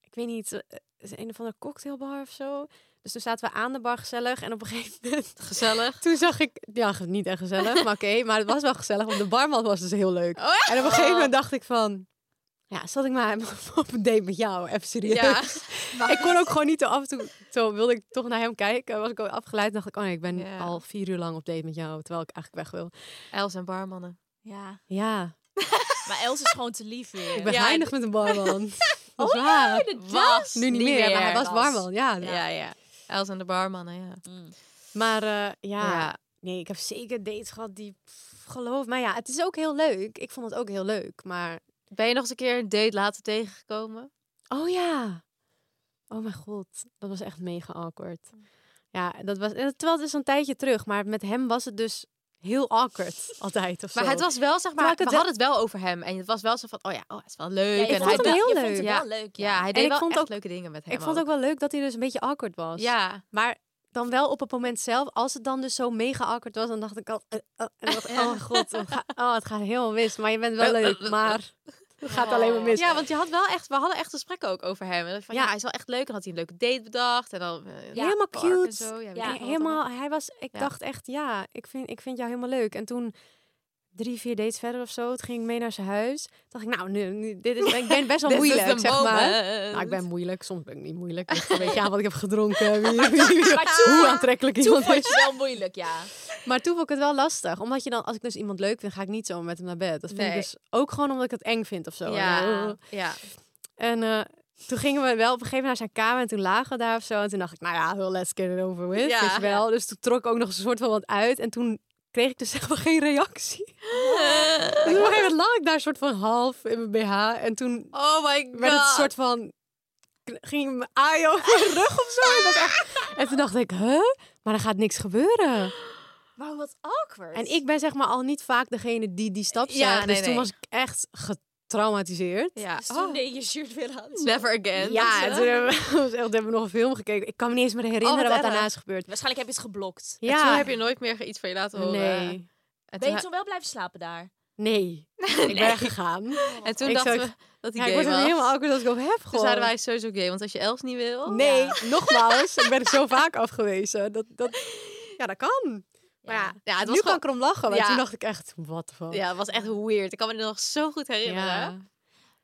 Speaker 4: ik weet niet, eh, is een of andere cocktailbar of zo. Dus toen zaten we aan de bar gezellig en op een gegeven moment,
Speaker 6: Gezellig.
Speaker 4: toen zag ik, ja, ge- niet echt gezellig, maar oké, maar het was wel gezellig, want de barman was dus heel leuk.
Speaker 6: Oh.
Speaker 4: En op een gegeven moment dacht ik van, ja, zat ik maar op een date met jou, even serieus.
Speaker 6: Ja.
Speaker 4: Ik kon ook gewoon niet zo af en toe, zo wilde ik toch naar hem kijken, was ik ook afgeleid en dacht ik, oh nee, ik ben
Speaker 6: Ja.
Speaker 4: al vier uur lang op date met jou, terwijl ik eigenlijk weg wil.
Speaker 6: Els en barmannen.
Speaker 5: ja.
Speaker 4: Ja,
Speaker 5: Maar Els is gewoon te lief weer.
Speaker 4: ik ben
Speaker 6: Ja,
Speaker 4: geëindigd met een barman. Dat is waar.
Speaker 6: Was
Speaker 4: Nu niet meer, maar hij was barman, ja.
Speaker 6: Ja, ja. Els en de barmannen, ja.
Speaker 4: Maar eh, ja,
Speaker 6: Ja.
Speaker 4: nee, ik heb zeker dates gehad die, pff, geloof mij, ja, het is ook heel leuk. Ik vond het ook heel leuk, maar...
Speaker 6: Ben je nog eens een keer een date later tegengekomen?
Speaker 4: Oh ja! Oh mijn god, dat was echt mega awkward. Ja, dat was... en Terwijl het is een tijdje terug, maar met hem was het dus heel awkward altijd of
Speaker 6: Maar
Speaker 4: zo.
Speaker 6: het was wel, zeg
Speaker 4: Terwijl
Speaker 6: maar,
Speaker 4: ik
Speaker 6: we
Speaker 4: het
Speaker 6: hadden het wel over hem. En het was wel zo van, oh ja, oh, het is wel leuk.
Speaker 4: ik
Speaker 6: en
Speaker 4: vond
Speaker 6: hij
Speaker 4: hem
Speaker 6: deed-
Speaker 4: heel
Speaker 5: je vond
Speaker 4: leuk.
Speaker 5: het
Speaker 6: Ja.
Speaker 5: wel leuk.
Speaker 6: Ja, hij
Speaker 4: ik
Speaker 6: deed wel
Speaker 4: vond
Speaker 6: echt
Speaker 4: ook-
Speaker 6: leuke dingen met hem
Speaker 4: Ik vond ook wel leuk dat hij dus een beetje awkward was.
Speaker 6: Ja.
Speaker 4: Maar dan wel op het moment zelf, als het dan dus zo mega awkward was, dan dacht ik al, eh, eh, en dacht ik, oh god, het gaat- oh, het gaat heel mis. Maar je bent wel leuk, maar eh, het gaat alleen maar mis.
Speaker 6: Ja, want je had wel echt, we hadden echt gesprekken ook over hem. En van, ja.
Speaker 4: Ja.
Speaker 6: hij is wel echt leuk. En had hij een leuke date bedacht. En dan, eh,
Speaker 5: Ja,
Speaker 4: helemaal
Speaker 6: park en
Speaker 4: cute.
Speaker 6: zo. Ja, weet
Speaker 5: Ja,
Speaker 6: ik
Speaker 4: He-
Speaker 6: wat allemaal.
Speaker 4: helemaal, hij was, ik
Speaker 6: Ja.
Speaker 4: dacht echt, ja, ik vind, ik vind jou helemaal leuk. En toen drie, vier dates verder of zo, toen ging ik mee naar zijn huis. Toen dacht ik, nou, nu, nu- dit is, ik ben best wel
Speaker 6: This is
Speaker 4: moeilijk,
Speaker 6: the
Speaker 4: zeg maar.
Speaker 6: moment.
Speaker 4: Nou, ik ben moeilijk, soms ben ik niet moeilijk. Het ligt een beetje aan wat ik heb gedronken, wie, wie- wie-
Speaker 5: Maar toen-
Speaker 4: hoe aantrekkelijk iemand
Speaker 5: Vond
Speaker 4: is.
Speaker 5: je wel moeilijk, ja.
Speaker 4: Maar toen vond ik het wel lastig. Omdat je dan, als ik dus iemand leuk vind, ga ik niet zo met hem naar bed. Dat vind
Speaker 6: Nee.
Speaker 4: ik dus ook gewoon omdat ik het eng vind of zo.
Speaker 6: Ja, ja.
Speaker 4: En eh, toen gingen we wel op een gegeven moment naar zijn kamer en toen lagen we daar of zo. En toen dacht ik, nou ja, well, let's get it over with.
Speaker 6: Ja.
Speaker 4: Is wel. Dus toen trok ik ook nog een soort van wat uit. En toen kreeg ik dus echt wel geen reactie. Dus op een gegeven moment lag ik daar soort van half in mijn BH. En toen
Speaker 6: Oh my god.
Speaker 4: werd het een soort van... Ging mijn aai over mijn rug of zo. En, dat was echt- en toen dacht ik, huh? Maar er gaat niks gebeuren.
Speaker 5: Maar wat awkward.
Speaker 4: En ik ben zeg maar al niet vaak degene die die stap zet.
Speaker 6: Ja, nee,
Speaker 4: dus toen
Speaker 6: nee.
Speaker 4: was ik echt getraumatiseerd.
Speaker 6: Ja. Oh.
Speaker 5: Dus toen deed je shirt weer aan.
Speaker 6: Never again.
Speaker 4: Oh. Ja, en
Speaker 6: Dat,
Speaker 4: toen
Speaker 6: eh,
Speaker 4: hebben we, was echt- toen hebben we nog een film gekeken. Ik kan me niet eens meer herinneren
Speaker 6: Oh, wat
Speaker 4: wat,
Speaker 6: erg.
Speaker 4: daarna is gebeurd.
Speaker 5: Waarschijnlijk heb je het geblokt.
Speaker 6: en toen
Speaker 4: Ja,
Speaker 6: heb je eh? nooit meer iets van je laten horen.
Speaker 4: nee.
Speaker 6: En
Speaker 5: Ben
Speaker 6: toen,
Speaker 5: je toen wel blijven slapen daar?
Speaker 4: Nee. Ik ben gegaan.
Speaker 6: en toen
Speaker 4: Ik
Speaker 6: dachten
Speaker 4: zou-
Speaker 6: we dat hij
Speaker 4: Ja,
Speaker 6: gay
Speaker 4: ik word er
Speaker 6: was.
Speaker 4: helemaal awkward als ik op heb
Speaker 6: Toen
Speaker 4: gewoon.
Speaker 6: zeiden wij Oh, sowieso gay, want als je Els niet wil...
Speaker 4: Nee, nogmaals. ik ben zo vaak afgewezen. Dat, dat, ja, dat kan. Maar ja,
Speaker 6: Ja, het was
Speaker 4: nu kan
Speaker 6: gewoon-
Speaker 4: ik erom lachen. Maar
Speaker 6: Ja.
Speaker 4: toen dacht ik echt, wat the fuck.
Speaker 6: Ja, het was echt weird. Ik kan me dit nog zo goed herinneren.
Speaker 4: Ja.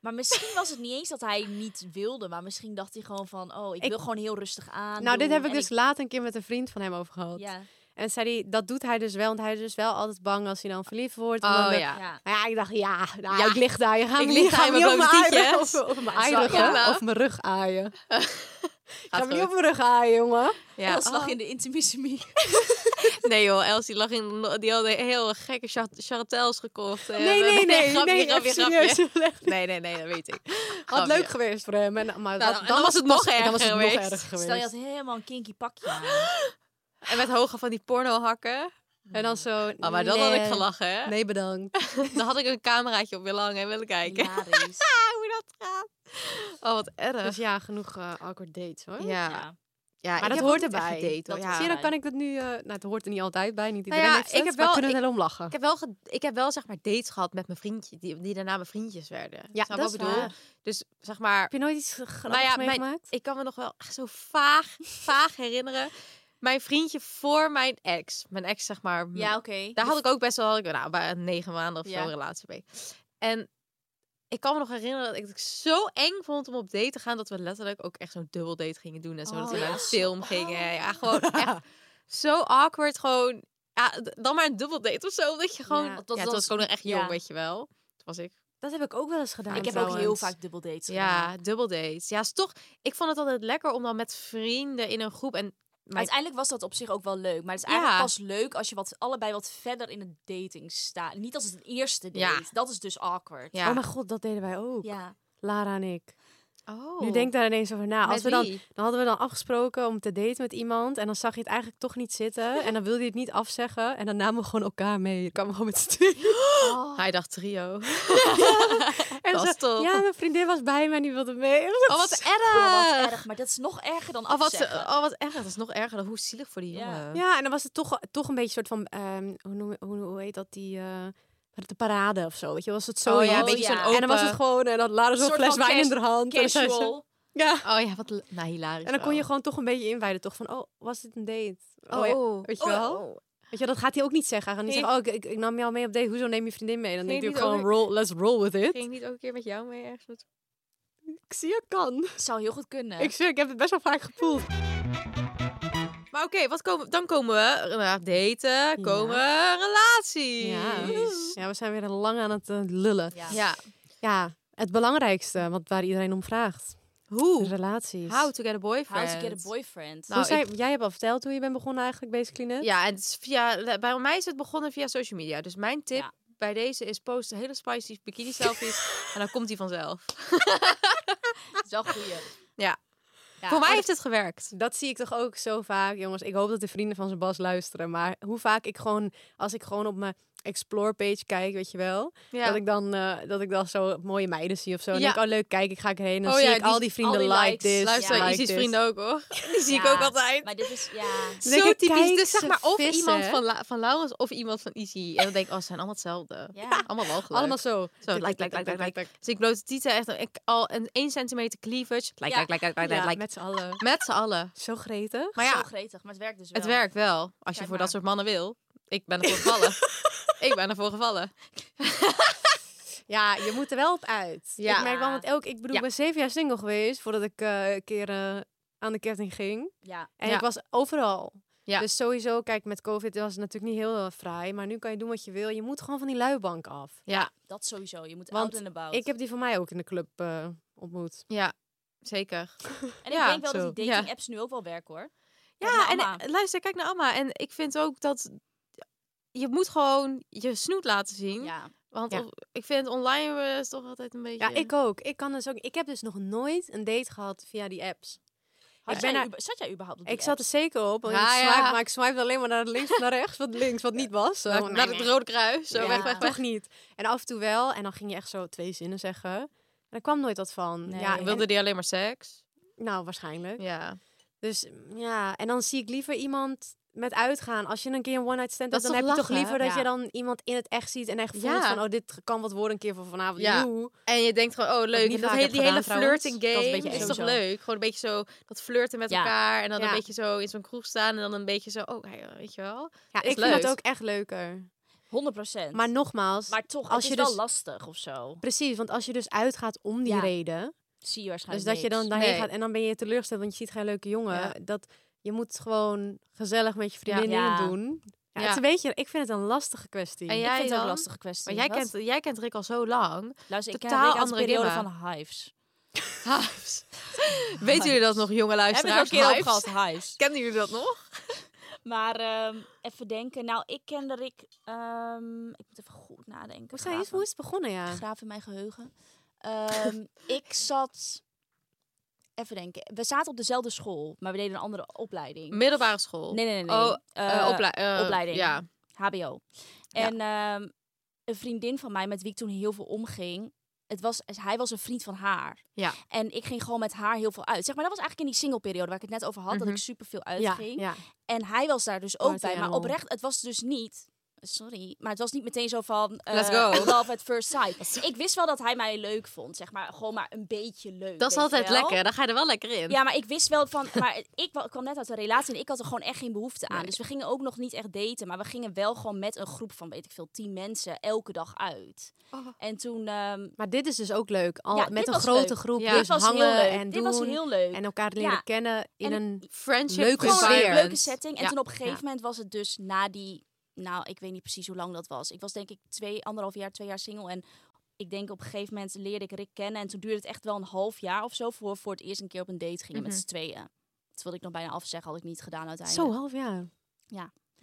Speaker 5: Maar misschien was het niet eens dat hij niet wilde. Maar misschien dacht hij gewoon van... Oh, ik,
Speaker 4: Ik-
Speaker 5: wil gewoon heel rustig aan.
Speaker 4: Nou, dit
Speaker 5: doen
Speaker 4: heb ik
Speaker 5: en
Speaker 4: dus laat een keer met een vriend van hem over gehad.
Speaker 5: Ja,
Speaker 4: En zei hij, dat doet hij dus wel. Want hij is dus wel altijd bang als hij dan verliefd wordt.
Speaker 6: Oh
Speaker 4: omdat de-
Speaker 6: ja.
Speaker 5: ja.
Speaker 4: Maar ja, ik dacht, ja, nou,
Speaker 6: Ja.
Speaker 4: ik lig daar. Je gaat
Speaker 6: Ik
Speaker 4: me
Speaker 6: lig
Speaker 4: niet,
Speaker 6: daar
Speaker 4: gaat
Speaker 6: in
Speaker 4: me niet
Speaker 6: mijn
Speaker 4: op mijn
Speaker 6: blote
Speaker 4: eieren
Speaker 6: tietjes.
Speaker 4: of, of mijn
Speaker 5: Ja,
Speaker 4: eieren
Speaker 6: ja.
Speaker 4: of mijn rug aaien. Ga
Speaker 6: Gaat
Speaker 4: me niet op
Speaker 6: goed.
Speaker 4: mijn rug haaien, jongen.
Speaker 6: Ja.
Speaker 5: Els
Speaker 4: Oh.
Speaker 5: lag in de intimissimi.
Speaker 6: Nee joh, Elsie lag in... Die had heel gekke char- chartels gekocht. Eh,
Speaker 4: nee, nee, nee.
Speaker 6: grapje,
Speaker 4: nee,
Speaker 6: grapje,
Speaker 4: echt
Speaker 6: grapje.
Speaker 4: serieus.
Speaker 6: Nee, nee, nee, dat weet ik.
Speaker 4: Had
Speaker 6: Grapje.
Speaker 4: leuk geweest voor hem. En, maar
Speaker 6: dan-
Speaker 4: dat-
Speaker 6: dan was het nog
Speaker 4: dan
Speaker 6: erger
Speaker 4: was het nog
Speaker 6: geweest.
Speaker 4: erger geweest.
Speaker 5: Stel je had helemaal een kinky pakje aan.
Speaker 6: En met hoge van die porno hakken.
Speaker 4: En dan zo...
Speaker 6: Oh, maar dan had
Speaker 4: nee.
Speaker 6: ik gelachen, hè?
Speaker 4: Nee, bedankt.
Speaker 6: Dan had ik een cameraatje op willen hangen en willen kijken.
Speaker 5: Hilarisch.
Speaker 6: Hoe dat gaat. Oh, wat erg.
Speaker 4: Dus ja, genoeg eh, awkward dates, hoor.
Speaker 6: ja.
Speaker 5: Ja.
Speaker 6: Ja,
Speaker 4: Maar
Speaker 6: ik
Speaker 4: dat
Speaker 6: heb
Speaker 4: hoort
Speaker 6: ook niet echt
Speaker 4: erbij.
Speaker 6: gedate, hoor.
Speaker 5: Dat
Speaker 6: ja.
Speaker 4: Zie je, dan
Speaker 5: erbij.
Speaker 4: kan ik dat nu... eh, nou, het hoort er niet altijd bij. Niet
Speaker 6: Nou
Speaker 4: iedereen
Speaker 6: ja,
Speaker 4: heeft
Speaker 6: ik
Speaker 4: het,
Speaker 6: heb
Speaker 4: maar
Speaker 6: wel-
Speaker 4: kunnen er
Speaker 6: ik-
Speaker 4: wel om lachen.
Speaker 6: Ik heb wel, ge- ik heb wel zeg maar dates gehad met mijn vriendje, die, die daarna mijn vriendjes werden.
Speaker 4: Ja,
Speaker 6: Snap je
Speaker 4: dat
Speaker 6: wat
Speaker 4: is
Speaker 6: ik bedoel.
Speaker 4: waar.
Speaker 6: Dus zeg maar,
Speaker 4: Heb je nooit iets grappigs
Speaker 6: mijn-
Speaker 4: meegemaakt?
Speaker 6: ik kan me nog wel echt zo vaag, vaag herinneren. Mijn vriendje voor mijn ex. Mijn ex, zeg maar. m-
Speaker 5: Ja, oké.
Speaker 6: Daar had ik ook best wel, had ik, nou, bij negen maanden of
Speaker 5: Ja.
Speaker 6: zo een relatie mee. En ik kan me nog herinneren dat ik het zo eng vond om op date te gaan, dat we letterlijk ook echt zo'n double date gingen doen. En zo, dat
Speaker 5: Oh,
Speaker 6: we naar
Speaker 5: ja.
Speaker 6: een film gingen. Ja, gewoon echt zo awkward. Gewoon, ja, d- dan maar een double date of zo. Omdat je gewoon,
Speaker 4: Ja.
Speaker 6: ja,
Speaker 5: Dat
Speaker 6: toen
Speaker 5: was-
Speaker 6: was ik ook nog echt jong,
Speaker 5: ja.
Speaker 6: weet je wel. Toen was ik
Speaker 4: Dat heb ik ook wel eens gedaan,
Speaker 5: ik heb ook
Speaker 4: trouwens.
Speaker 5: heel vaak dubbel dates gedaan.
Speaker 6: Ja, dubbel dates. Ja, is toch. Ik vond het altijd lekker om dan met vrienden in een groep en Maar-
Speaker 5: Uiteindelijk was dat op zich ook wel leuk. Maar het is eigenlijk
Speaker 6: Ja.
Speaker 5: pas leuk als je wat, allebei wat verder in het dating staat. Niet als het eerste date.
Speaker 6: Ja.
Speaker 5: Dat is dus awkward.
Speaker 6: ja.
Speaker 4: Oh mijn god, dat deden wij ook.
Speaker 5: Ja.
Speaker 4: Lara en ik.
Speaker 6: oh.
Speaker 4: Nu denk daar ineens over na. Als
Speaker 6: Met
Speaker 4: we dan,
Speaker 6: wie?
Speaker 4: dan hadden we dan afgesproken om te daten met iemand. En dan zag je het eigenlijk toch niet zitten. En dan wilde je het niet afzeggen. En dan namen we gewoon elkaar mee. Dan kwamen we gewoon met z'n tweeën.
Speaker 6: Oh, Hij dacht trio.
Speaker 4: En
Speaker 6: Dat
Speaker 4: zo,
Speaker 6: is tof.
Speaker 4: Ja, mijn vriendin was bij me en die wilde mee.
Speaker 6: Oh, wat
Speaker 5: Oh, wat
Speaker 6: erg.
Speaker 5: erg. Maar dat is nog erger dan
Speaker 6: Oh, Ah. wat,
Speaker 5: afzeggen.
Speaker 6: oh, wat erg. Dat is nog erger. dan Hoe zielig voor die
Speaker 5: Ja.
Speaker 6: jongen.
Speaker 4: Ja, en dan was het toch, toch een beetje soort van... ehm, hoe, noem, hoe, hoe heet dat? Die... eh, de parade of zo, weet je, was het zo
Speaker 6: Oh ja,
Speaker 5: een beetje zo'n
Speaker 4: En dan was het
Speaker 6: open-
Speaker 4: gewoon, en dan Lara zo'n
Speaker 5: Soort
Speaker 4: fles
Speaker 5: van
Speaker 4: wijn in
Speaker 5: cas-
Speaker 4: haar hand. En dan zei ze-
Speaker 5: Casual.
Speaker 4: ja.
Speaker 6: Oh ja, wat... l- Nou, hilarisch
Speaker 4: En dan kon je
Speaker 6: wel.
Speaker 4: gewoon toch een beetje inwijden, toch? Van, oh, was dit een date?
Speaker 6: Oh,
Speaker 4: ja,
Speaker 6: oh.
Speaker 4: Weet je wel? Weet je, dat gaat hij ook niet zeggen. Hij gaat niet
Speaker 6: Nee.
Speaker 4: zeggen, oh, ik, ik, ik nam jou mee op date. Hoezo neem je vriendin mee? Dan
Speaker 6: Ging
Speaker 4: denk ik
Speaker 6: niet
Speaker 4: gewoon,
Speaker 6: ook-
Speaker 4: roll, let's roll with it.
Speaker 6: Ging ik niet ook een keer met jou mee ergens naartoe?
Speaker 4: Ik zie je kan.
Speaker 5: Zou heel goed kunnen.
Speaker 4: Ik zweer, ik heb het best wel vaak gevoeld.
Speaker 6: Maar oké, wat komen, dan komen we naar daten, komen relaties.
Speaker 4: Ja. ja, we zijn weer lang aan het eh, lullen.
Speaker 5: Ja.
Speaker 6: Ja.
Speaker 4: Ja, het belangrijkste, want waar iedereen om vraagt.
Speaker 6: Hoe?
Speaker 4: Relaties.
Speaker 6: How to get a boyfriend.
Speaker 5: How to get a boyfriend.
Speaker 6: Nou,
Speaker 4: Hoe zei- Jij hebt al verteld hoe je bent begonnen eigenlijk, basically net.
Speaker 6: Ja, en het is via, bij mij is het begonnen via social media. Dus mijn tip
Speaker 5: Ja.
Speaker 6: bij deze is post hele spicy bikini selfies en dan komt die vanzelf.
Speaker 5: Dat is wel een goeie.
Speaker 6: Ja.
Speaker 5: Ja.
Speaker 6: Voor
Speaker 5: Oh,
Speaker 6: mij heeft het gewerkt.
Speaker 4: Dat zie ik toch ook zo vaak, jongens. Ik hoop dat de vrienden van zijn Bas luisteren. Maar hoe vaak ik gewoon, als ik gewoon op mijn explore page kijk, weet je wel.
Speaker 6: Ja.
Speaker 4: Dat, ik dan, eh, dat ik dan zo mooie meiden zie of zo. En
Speaker 6: Ja.
Speaker 4: denk ik, oh leuk, kijk, ik ga erheen. En dan
Speaker 6: Oh
Speaker 4: zie
Speaker 6: ja,
Speaker 4: ik
Speaker 6: die-
Speaker 4: al die vrienden
Speaker 5: al die
Speaker 4: like
Speaker 5: likes.
Speaker 4: this,
Speaker 6: Luister,
Speaker 4: like
Speaker 6: je ziet
Speaker 4: this.
Speaker 6: vrienden ook hoor. Die zie ik
Speaker 5: Ja,
Speaker 6: ook altijd.
Speaker 5: Maar dit is, ja.
Speaker 4: Dan
Speaker 6: Zo
Speaker 4: denk ik,
Speaker 6: typisch.
Speaker 4: kijk,
Speaker 6: Dus zeg
Speaker 4: ze
Speaker 6: maar of
Speaker 4: vissen,
Speaker 6: iemand
Speaker 4: hè?
Speaker 6: van, La- van Laurens of iemand van Izzy. En dan denk ik, oh, ze zijn allemaal hetzelfde.
Speaker 5: Ja.
Speaker 6: Allemaal wel gelijk.
Speaker 4: Allemaal zo.
Speaker 6: Zo, like, like, like, like, like. Dus ik blote tieten echt ik, al een 1 centimeter cleavage. Like,
Speaker 5: Ja.
Speaker 6: like, like, like, like,
Speaker 4: Ja,
Speaker 6: like.
Speaker 4: met z'n allen.
Speaker 6: Met z'n allen.
Speaker 4: Zo gretig.
Speaker 6: Maar
Speaker 5: Zo
Speaker 6: ja,
Speaker 5: gretig, maar het werkt dus wel.
Speaker 6: Het werkt wel. Als je
Speaker 5: Kijk
Speaker 6: voor
Speaker 5: maar.
Speaker 6: dat soort mannen wil. Ik ben ervoor gevallen. ik ben ervoor gevallen.
Speaker 4: Ja, je moet er wel op uit.
Speaker 6: Ja.
Speaker 4: Ik merk wel, want elk, ik bedoel,
Speaker 6: Ja.
Speaker 4: ik ben zeven jaar single geweest voordat ik eh, een keer eh, aan de ketting ging.
Speaker 5: Ja.
Speaker 4: En
Speaker 6: Ja.
Speaker 4: ik was overal.
Speaker 6: Ja.
Speaker 4: Dus sowieso, kijk, met COVID was het natuurlijk niet heel eh, fraai. Maar nu kan je doen wat je wil. Je moet gewoon van die luibank af.
Speaker 6: Ja,
Speaker 5: Dat sowieso. Je moet
Speaker 4: Want
Speaker 5: out and about.
Speaker 4: Ik heb die van mij ook in de club eh, ontmoet.
Speaker 6: ja. Zeker.
Speaker 5: en ik
Speaker 6: ja,
Speaker 5: denk wel
Speaker 4: zo.
Speaker 5: dat die dating apps nu ook wel werken hoor. Kijk
Speaker 6: Ja,
Speaker 5: naar
Speaker 6: en
Speaker 5: Amma.
Speaker 6: eh, luister, kijk naar Amma. En ik vind ook dat je moet gewoon je snoet laten zien.
Speaker 5: Ja.
Speaker 6: Want
Speaker 4: Ja.
Speaker 6: of- ik vind online eh, is toch altijd een beetje...
Speaker 4: Ja, ik ook. Ik kan dus ook. Ik heb dus nog nooit een date gehad via die apps.
Speaker 5: Had
Speaker 4: ik
Speaker 5: jij
Speaker 4: ben daar-
Speaker 5: uber- Zat jij überhaupt op die
Speaker 4: Ik zat dus er
Speaker 5: apps?
Speaker 4: zeker op. want
Speaker 6: Ja,
Speaker 4: ik
Speaker 6: ja.
Speaker 4: swipe, Maar ik swipe alleen maar naar links of naar rechts. Wat links, wat niet was. Zo,
Speaker 6: Naar, naar het Rode Kruis. Zo,
Speaker 4: Oh, Ja,
Speaker 6: weg, weg, weg.
Speaker 4: Toch niet. En af en toe wel. En dan ging je echt zo twee zinnen zeggen. En daar kwam nooit wat van.
Speaker 5: Nee.
Speaker 4: Ja,
Speaker 5: Je
Speaker 6: Wilde die alleen maar seks?
Speaker 4: en- nou, waarschijnlijk.
Speaker 6: Ja.
Speaker 4: Dus ja, en dan zie ik liever iemand met uitgaan. Als je een keer een one-night stand
Speaker 6: Dat
Speaker 4: hebt,
Speaker 6: is
Speaker 4: dan
Speaker 6: toch
Speaker 4: heb je toch
Speaker 6: lachen,
Speaker 4: liever dat
Speaker 6: ja.
Speaker 4: je dan iemand in het echt ziet en echt voelt
Speaker 6: Ja.
Speaker 4: van, oh, dit kan wat worden een keer voor vanavond.
Speaker 6: Ja.
Speaker 4: Joe.
Speaker 6: En je denkt gewoon, oh
Speaker 4: ik
Speaker 6: leuk.
Speaker 4: niet
Speaker 6: En dat
Speaker 4: vaak
Speaker 6: hele,
Speaker 4: heb
Speaker 6: die
Speaker 4: gedaan
Speaker 6: hele
Speaker 4: trouwens.
Speaker 6: flirting
Speaker 4: Dat is een
Speaker 6: game
Speaker 4: beetje
Speaker 6: is
Speaker 4: eng
Speaker 6: toch
Speaker 4: zo.
Speaker 6: leuk? Gewoon een beetje zo dat flirten met
Speaker 5: Ja.
Speaker 6: elkaar. En dan
Speaker 4: Ja.
Speaker 6: een beetje zo in zo'n kroeg staan. En dan een beetje zo, oh, hij, eh, weet je wel.
Speaker 4: Ja,
Speaker 6: Is
Speaker 4: ik vind
Speaker 6: leuk.
Speaker 4: dat ook echt leuker.
Speaker 5: 100 procent.
Speaker 4: Maar nogmaals,
Speaker 5: maar toch,
Speaker 4: als
Speaker 5: het
Speaker 4: je
Speaker 5: is wel
Speaker 4: dus-
Speaker 5: lastig of zo.
Speaker 4: precies, want als je dus uitgaat om die
Speaker 5: Ja.
Speaker 4: reden,
Speaker 5: Zie
Speaker 4: Dus
Speaker 5: je waarschijnlijk
Speaker 4: dat je dan
Speaker 5: niks.
Speaker 4: daarheen
Speaker 6: Nee.
Speaker 4: gaat en dan ben je teleurgesteld, want je ziet geen leuke jongen.
Speaker 6: Ja.
Speaker 4: Dat je moet gewoon gezellig met je vriendinnen
Speaker 5: Ja.
Speaker 4: doen. Ja,
Speaker 6: Ja.
Speaker 4: Het is een beetje, ik vind het een lastige kwestie.
Speaker 6: En
Speaker 5: Ik
Speaker 6: jij
Speaker 5: vind het ook
Speaker 6: dan?
Speaker 5: een lastige kwestie.
Speaker 6: Maar jij
Speaker 5: Wat?
Speaker 6: kent, jij kent Rick al zo lang.
Speaker 5: Luister, ik ken
Speaker 6: totaal
Speaker 5: Rick uit de
Speaker 6: andere
Speaker 5: periode
Speaker 6: dimmen.
Speaker 5: van Hives.
Speaker 6: Hives. Weten jullie dat nog, jonge
Speaker 5: Hebben we het
Speaker 6: luisteraars?
Speaker 5: een keer
Speaker 6: Hives?
Speaker 5: opgehad, huis.
Speaker 6: Kennen jullie dat nog?
Speaker 5: Maar ehm, even denken. Nou, ik ken dat ik... ehm, ik moet even goed nadenken.
Speaker 4: Hoe, zijn,
Speaker 5: graven.
Speaker 4: hoe is het begonnen, ja?
Speaker 5: graaf in mijn geheugen. Ehm, ik zat... Even denken. We zaten op dezelfde school, maar we deden een andere opleiding.
Speaker 6: Middelbare school.
Speaker 5: Nee, nee, nee. nee.
Speaker 6: Oh,
Speaker 5: Eh,
Speaker 6: Eh, oplei- eh,
Speaker 5: opleiding.
Speaker 6: Ja.
Speaker 5: HBO.
Speaker 6: Ja.
Speaker 5: En ehm, een vriendin van mij, met wie ik toen heel veel omging... Het was, hij was een vriend van haar.
Speaker 6: Ja.
Speaker 5: En ik ging gewoon met haar heel veel uit. Zeg maar, dat was eigenlijk in die singleperiode waar ik het net over had. Dat
Speaker 6: Mhm.
Speaker 5: ik superveel
Speaker 4: Ja,
Speaker 5: uitging.
Speaker 4: ja.
Speaker 5: En hij was daar dus
Speaker 4: Oh,
Speaker 5: ook
Speaker 4: het
Speaker 5: bij. Maar
Speaker 4: animal.
Speaker 5: oprecht, het was dus niet... Sorry, maar het was niet meteen zo van... eh,
Speaker 6: Let's go.
Speaker 5: Love at first sight. Ik wist wel dat hij mij leuk vond, zeg maar. Gewoon maar een beetje leuk.
Speaker 6: Dat is
Speaker 5: weet
Speaker 6: altijd
Speaker 5: je wel.
Speaker 6: lekker. Dan ga je er wel lekker in.
Speaker 5: Ja, maar ik wist wel van... Maar ik wa- kwam net uit een relatie en ik had er gewoon echt geen behoefte aan.
Speaker 6: Nee.
Speaker 5: Dus we gingen ook nog niet echt daten. Maar we gingen wel gewoon met een groep van, weet ik veel, tien mensen elke dag uit. En toen... ehm,
Speaker 4: Maar dit is dus ook leuk. Al
Speaker 5: Ja,
Speaker 4: met
Speaker 5: dit
Speaker 4: een
Speaker 5: was
Speaker 4: grote
Speaker 5: leuk.
Speaker 4: groep.
Speaker 6: Ja.
Speaker 4: Dus
Speaker 5: dit was
Speaker 4: hangen
Speaker 5: heel leuk.
Speaker 4: en
Speaker 5: dit
Speaker 4: doen.
Speaker 5: was heel leuk.
Speaker 4: En elkaar leren
Speaker 5: Ja.
Speaker 4: kennen in
Speaker 5: En-
Speaker 4: een...
Speaker 6: Friendship
Speaker 4: Leuke
Speaker 5: gewoon een
Speaker 6: environment.
Speaker 5: leuke setting. En
Speaker 6: Ja.
Speaker 5: toen op een gegeven
Speaker 4: Ja.
Speaker 5: moment was het dus na die... Nou, ik weet niet precies hoe lang dat was. Ik was denk ik twee, anderhalf jaar, twee jaar single. En ik denk op een gegeven moment leerde ik Rick kennen. En toen duurde het echt wel een half jaar of zo... voor we voor het eerst een keer op een date gingen met
Speaker 6: Mhm.
Speaker 5: z'n tweeën. Dat wilde ik nog bijna afzeggen, had ik niet gedaan uiteindelijk.
Speaker 4: Zo, half jaar.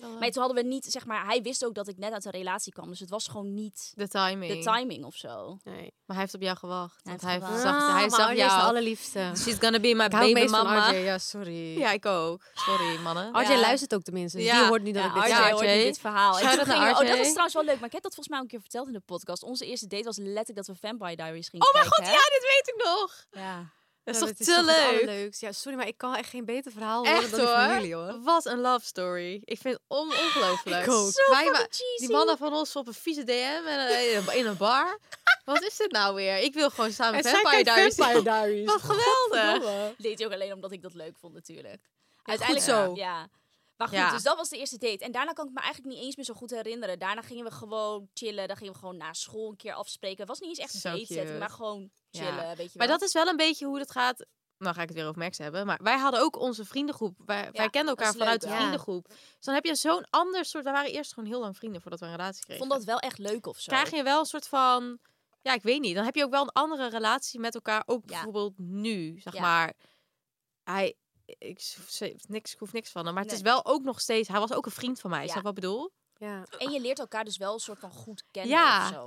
Speaker 6: Oh.
Speaker 5: Maar toen hadden we niet, zeg maar... Hij wist ook dat ik net uit een relatie kwam. Dus het was gewoon niet
Speaker 6: De timing.
Speaker 5: de timing of zo.
Speaker 4: Nee.
Speaker 6: Maar hij heeft op jou gewacht.
Speaker 5: Hij
Speaker 6: want hij
Speaker 5: heeft
Speaker 6: heeft
Speaker 5: gewacht. Ah,
Speaker 6: zag, hij
Speaker 4: maar
Speaker 6: zag
Speaker 4: RJ Ah, is de
Speaker 6: jou.
Speaker 4: allerliefste.
Speaker 6: She's gonna be my
Speaker 4: Ik hou
Speaker 6: baby
Speaker 4: het meest van
Speaker 6: mama.
Speaker 4: RJ. Ja, sorry.
Speaker 6: Ja, ik ook. Sorry, mannen.
Speaker 4: RJ
Speaker 5: Ja.
Speaker 4: luistert ook tenminste. Dus
Speaker 6: Ja.
Speaker 4: die hoort niet dat ik dit
Speaker 6: RJ
Speaker 4: zeg.
Speaker 6: hoort
Speaker 5: hoorde
Speaker 6: RJ.
Speaker 5: dit verhaal. En
Speaker 6: Shout
Speaker 5: toen
Speaker 6: out naar
Speaker 5: gingen- oh, dat
Speaker 6: RJ.
Speaker 5: is trouwens wel leuk. Maar ik heb dat volgens mij al een keer verteld in de podcast. Onze eerste date was letterlijk dat we Vampire Diaries gingen
Speaker 6: Oh mijn god,
Speaker 5: kijken.
Speaker 6: ja, dit weet ik nog.
Speaker 5: ja! ja.
Speaker 6: Dat is
Speaker 4: Ja, Nou,
Speaker 6: toch
Speaker 4: dit
Speaker 6: te
Speaker 4: het
Speaker 6: leuk?
Speaker 4: allerleukste. Ja, sorry, maar ik kan echt geen beter verhaal horen
Speaker 6: Echt
Speaker 4: dan die van jullie,
Speaker 6: hoor.
Speaker 4: hoor.
Speaker 6: Wat een love story. Ik vind het on ongelooflijk.
Speaker 4: Ik ook.
Speaker 6: Zo Wij, wa-
Speaker 5: cheesy.
Speaker 6: die mannen van ons op een vieze DM en, eh, in een bar. Wat is dit nou weer? Ik wil gewoon samen
Speaker 4: En zij
Speaker 6: Vampire
Speaker 4: kijkt
Speaker 6: Diaries.
Speaker 4: Vampire Diaries.
Speaker 6: Wat geweldig.
Speaker 4: Godverdomme.
Speaker 5: deed hij ook alleen omdat ik dat leuk vond natuurlijk.
Speaker 4: goed zo.
Speaker 5: Ja. Maar goed,
Speaker 6: Ja.
Speaker 5: dus dat was de eerste date. En daarna kan ik me eigenlijk niet eens meer zo goed herinneren. Daarna gingen we gewoon chillen. Dan gingen we gewoon na school een keer afspreken. Het was niet eens echt
Speaker 6: Zo
Speaker 5: een date zetten,
Speaker 6: cute.
Speaker 5: maar gewoon
Speaker 6: Ja.
Speaker 5: chillen, weet je
Speaker 6: Maar
Speaker 5: wel.
Speaker 6: dat is wel een beetje hoe dat gaat. Nou ga ik het weer over Max hebben. Maar wij hadden ook onze vriendengroep. Wij, wij kenden
Speaker 5: dat is
Speaker 6: elkaar vanuit de
Speaker 5: leuk,
Speaker 4: hè?
Speaker 6: vriendengroep. Dus dan heb je zo'n ander soort... We waren eerst gewoon heel lang vrienden voordat we een relatie
Speaker 5: Ik
Speaker 6: kregen.
Speaker 5: vond dat wel echt leuk of zo.
Speaker 6: krijg je wel een soort van... Ja, ik weet niet. Dan heb je ook wel een andere relatie met elkaar. Ook bijvoorbeeld nu, zeg
Speaker 5: Ja.
Speaker 6: maar. Hij... Ik, ze- niks, ik hoef niks van hem. Maar het
Speaker 5: Nee.
Speaker 6: is wel ook nog steeds... Hij was ook een vriend van mij.
Speaker 5: Ja.
Speaker 6: Snap je wat ik bedoel?
Speaker 4: Ja.
Speaker 5: En je leert elkaar dus wel een soort van goed kennen
Speaker 6: Ja.
Speaker 5: of zo.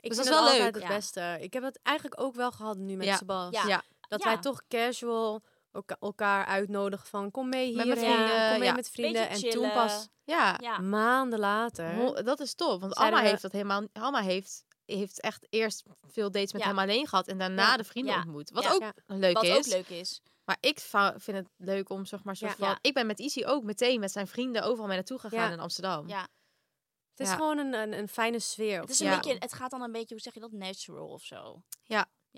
Speaker 4: Ik
Speaker 6: Dus dat is
Speaker 4: vind dat
Speaker 6: wel
Speaker 4: altijd
Speaker 6: leuk.
Speaker 4: het
Speaker 5: Ja.
Speaker 4: beste. Ik heb het eigenlijk ook wel gehad nu met
Speaker 6: Ja.
Speaker 4: Sebas.
Speaker 5: Ja.
Speaker 4: Dat
Speaker 5: Ja.
Speaker 4: wij toch casual elka- elkaar uitnodigen van kom mee
Speaker 6: Met
Speaker 4: hierheen,
Speaker 6: mijn vrienden,
Speaker 4: kom mee
Speaker 6: ja.
Speaker 4: met vrienden. En
Speaker 5: Beetje
Speaker 4: toen pas
Speaker 6: Ja.
Speaker 5: Ja.
Speaker 4: maanden later.
Speaker 6: Ho- Dat is top, want
Speaker 4: Zeiden
Speaker 6: Alma
Speaker 4: we-
Speaker 6: heeft dat helemaal. Alma heeft, heeft echt eerst veel dates met
Speaker 5: Ja.
Speaker 6: hem alleen gehad en daarna
Speaker 4: Ja.
Speaker 6: de vrienden
Speaker 5: Ja.
Speaker 6: ontmoet. Wat
Speaker 5: Ja.
Speaker 6: ook
Speaker 4: Ja.
Speaker 6: leuk
Speaker 5: Wat
Speaker 6: is.
Speaker 5: ook leuk is.
Speaker 6: Maar ik va- vind het leuk om zeg maar soort
Speaker 4: Ja.
Speaker 6: van.
Speaker 5: Ja.
Speaker 6: Ik ben met Izzy ook meteen met zijn vrienden overal mee naartoe gegaan
Speaker 4: Ja.
Speaker 6: in Amsterdam.
Speaker 5: Ja.
Speaker 4: het is
Speaker 6: ja.
Speaker 4: gewoon een, een, een fijne sfeer.
Speaker 5: Het,
Speaker 4: of
Speaker 5: is
Speaker 4: zo.
Speaker 5: een
Speaker 6: Ja.
Speaker 5: beetje, het gaat dan een beetje, hoe zeg je dat, natural of zo.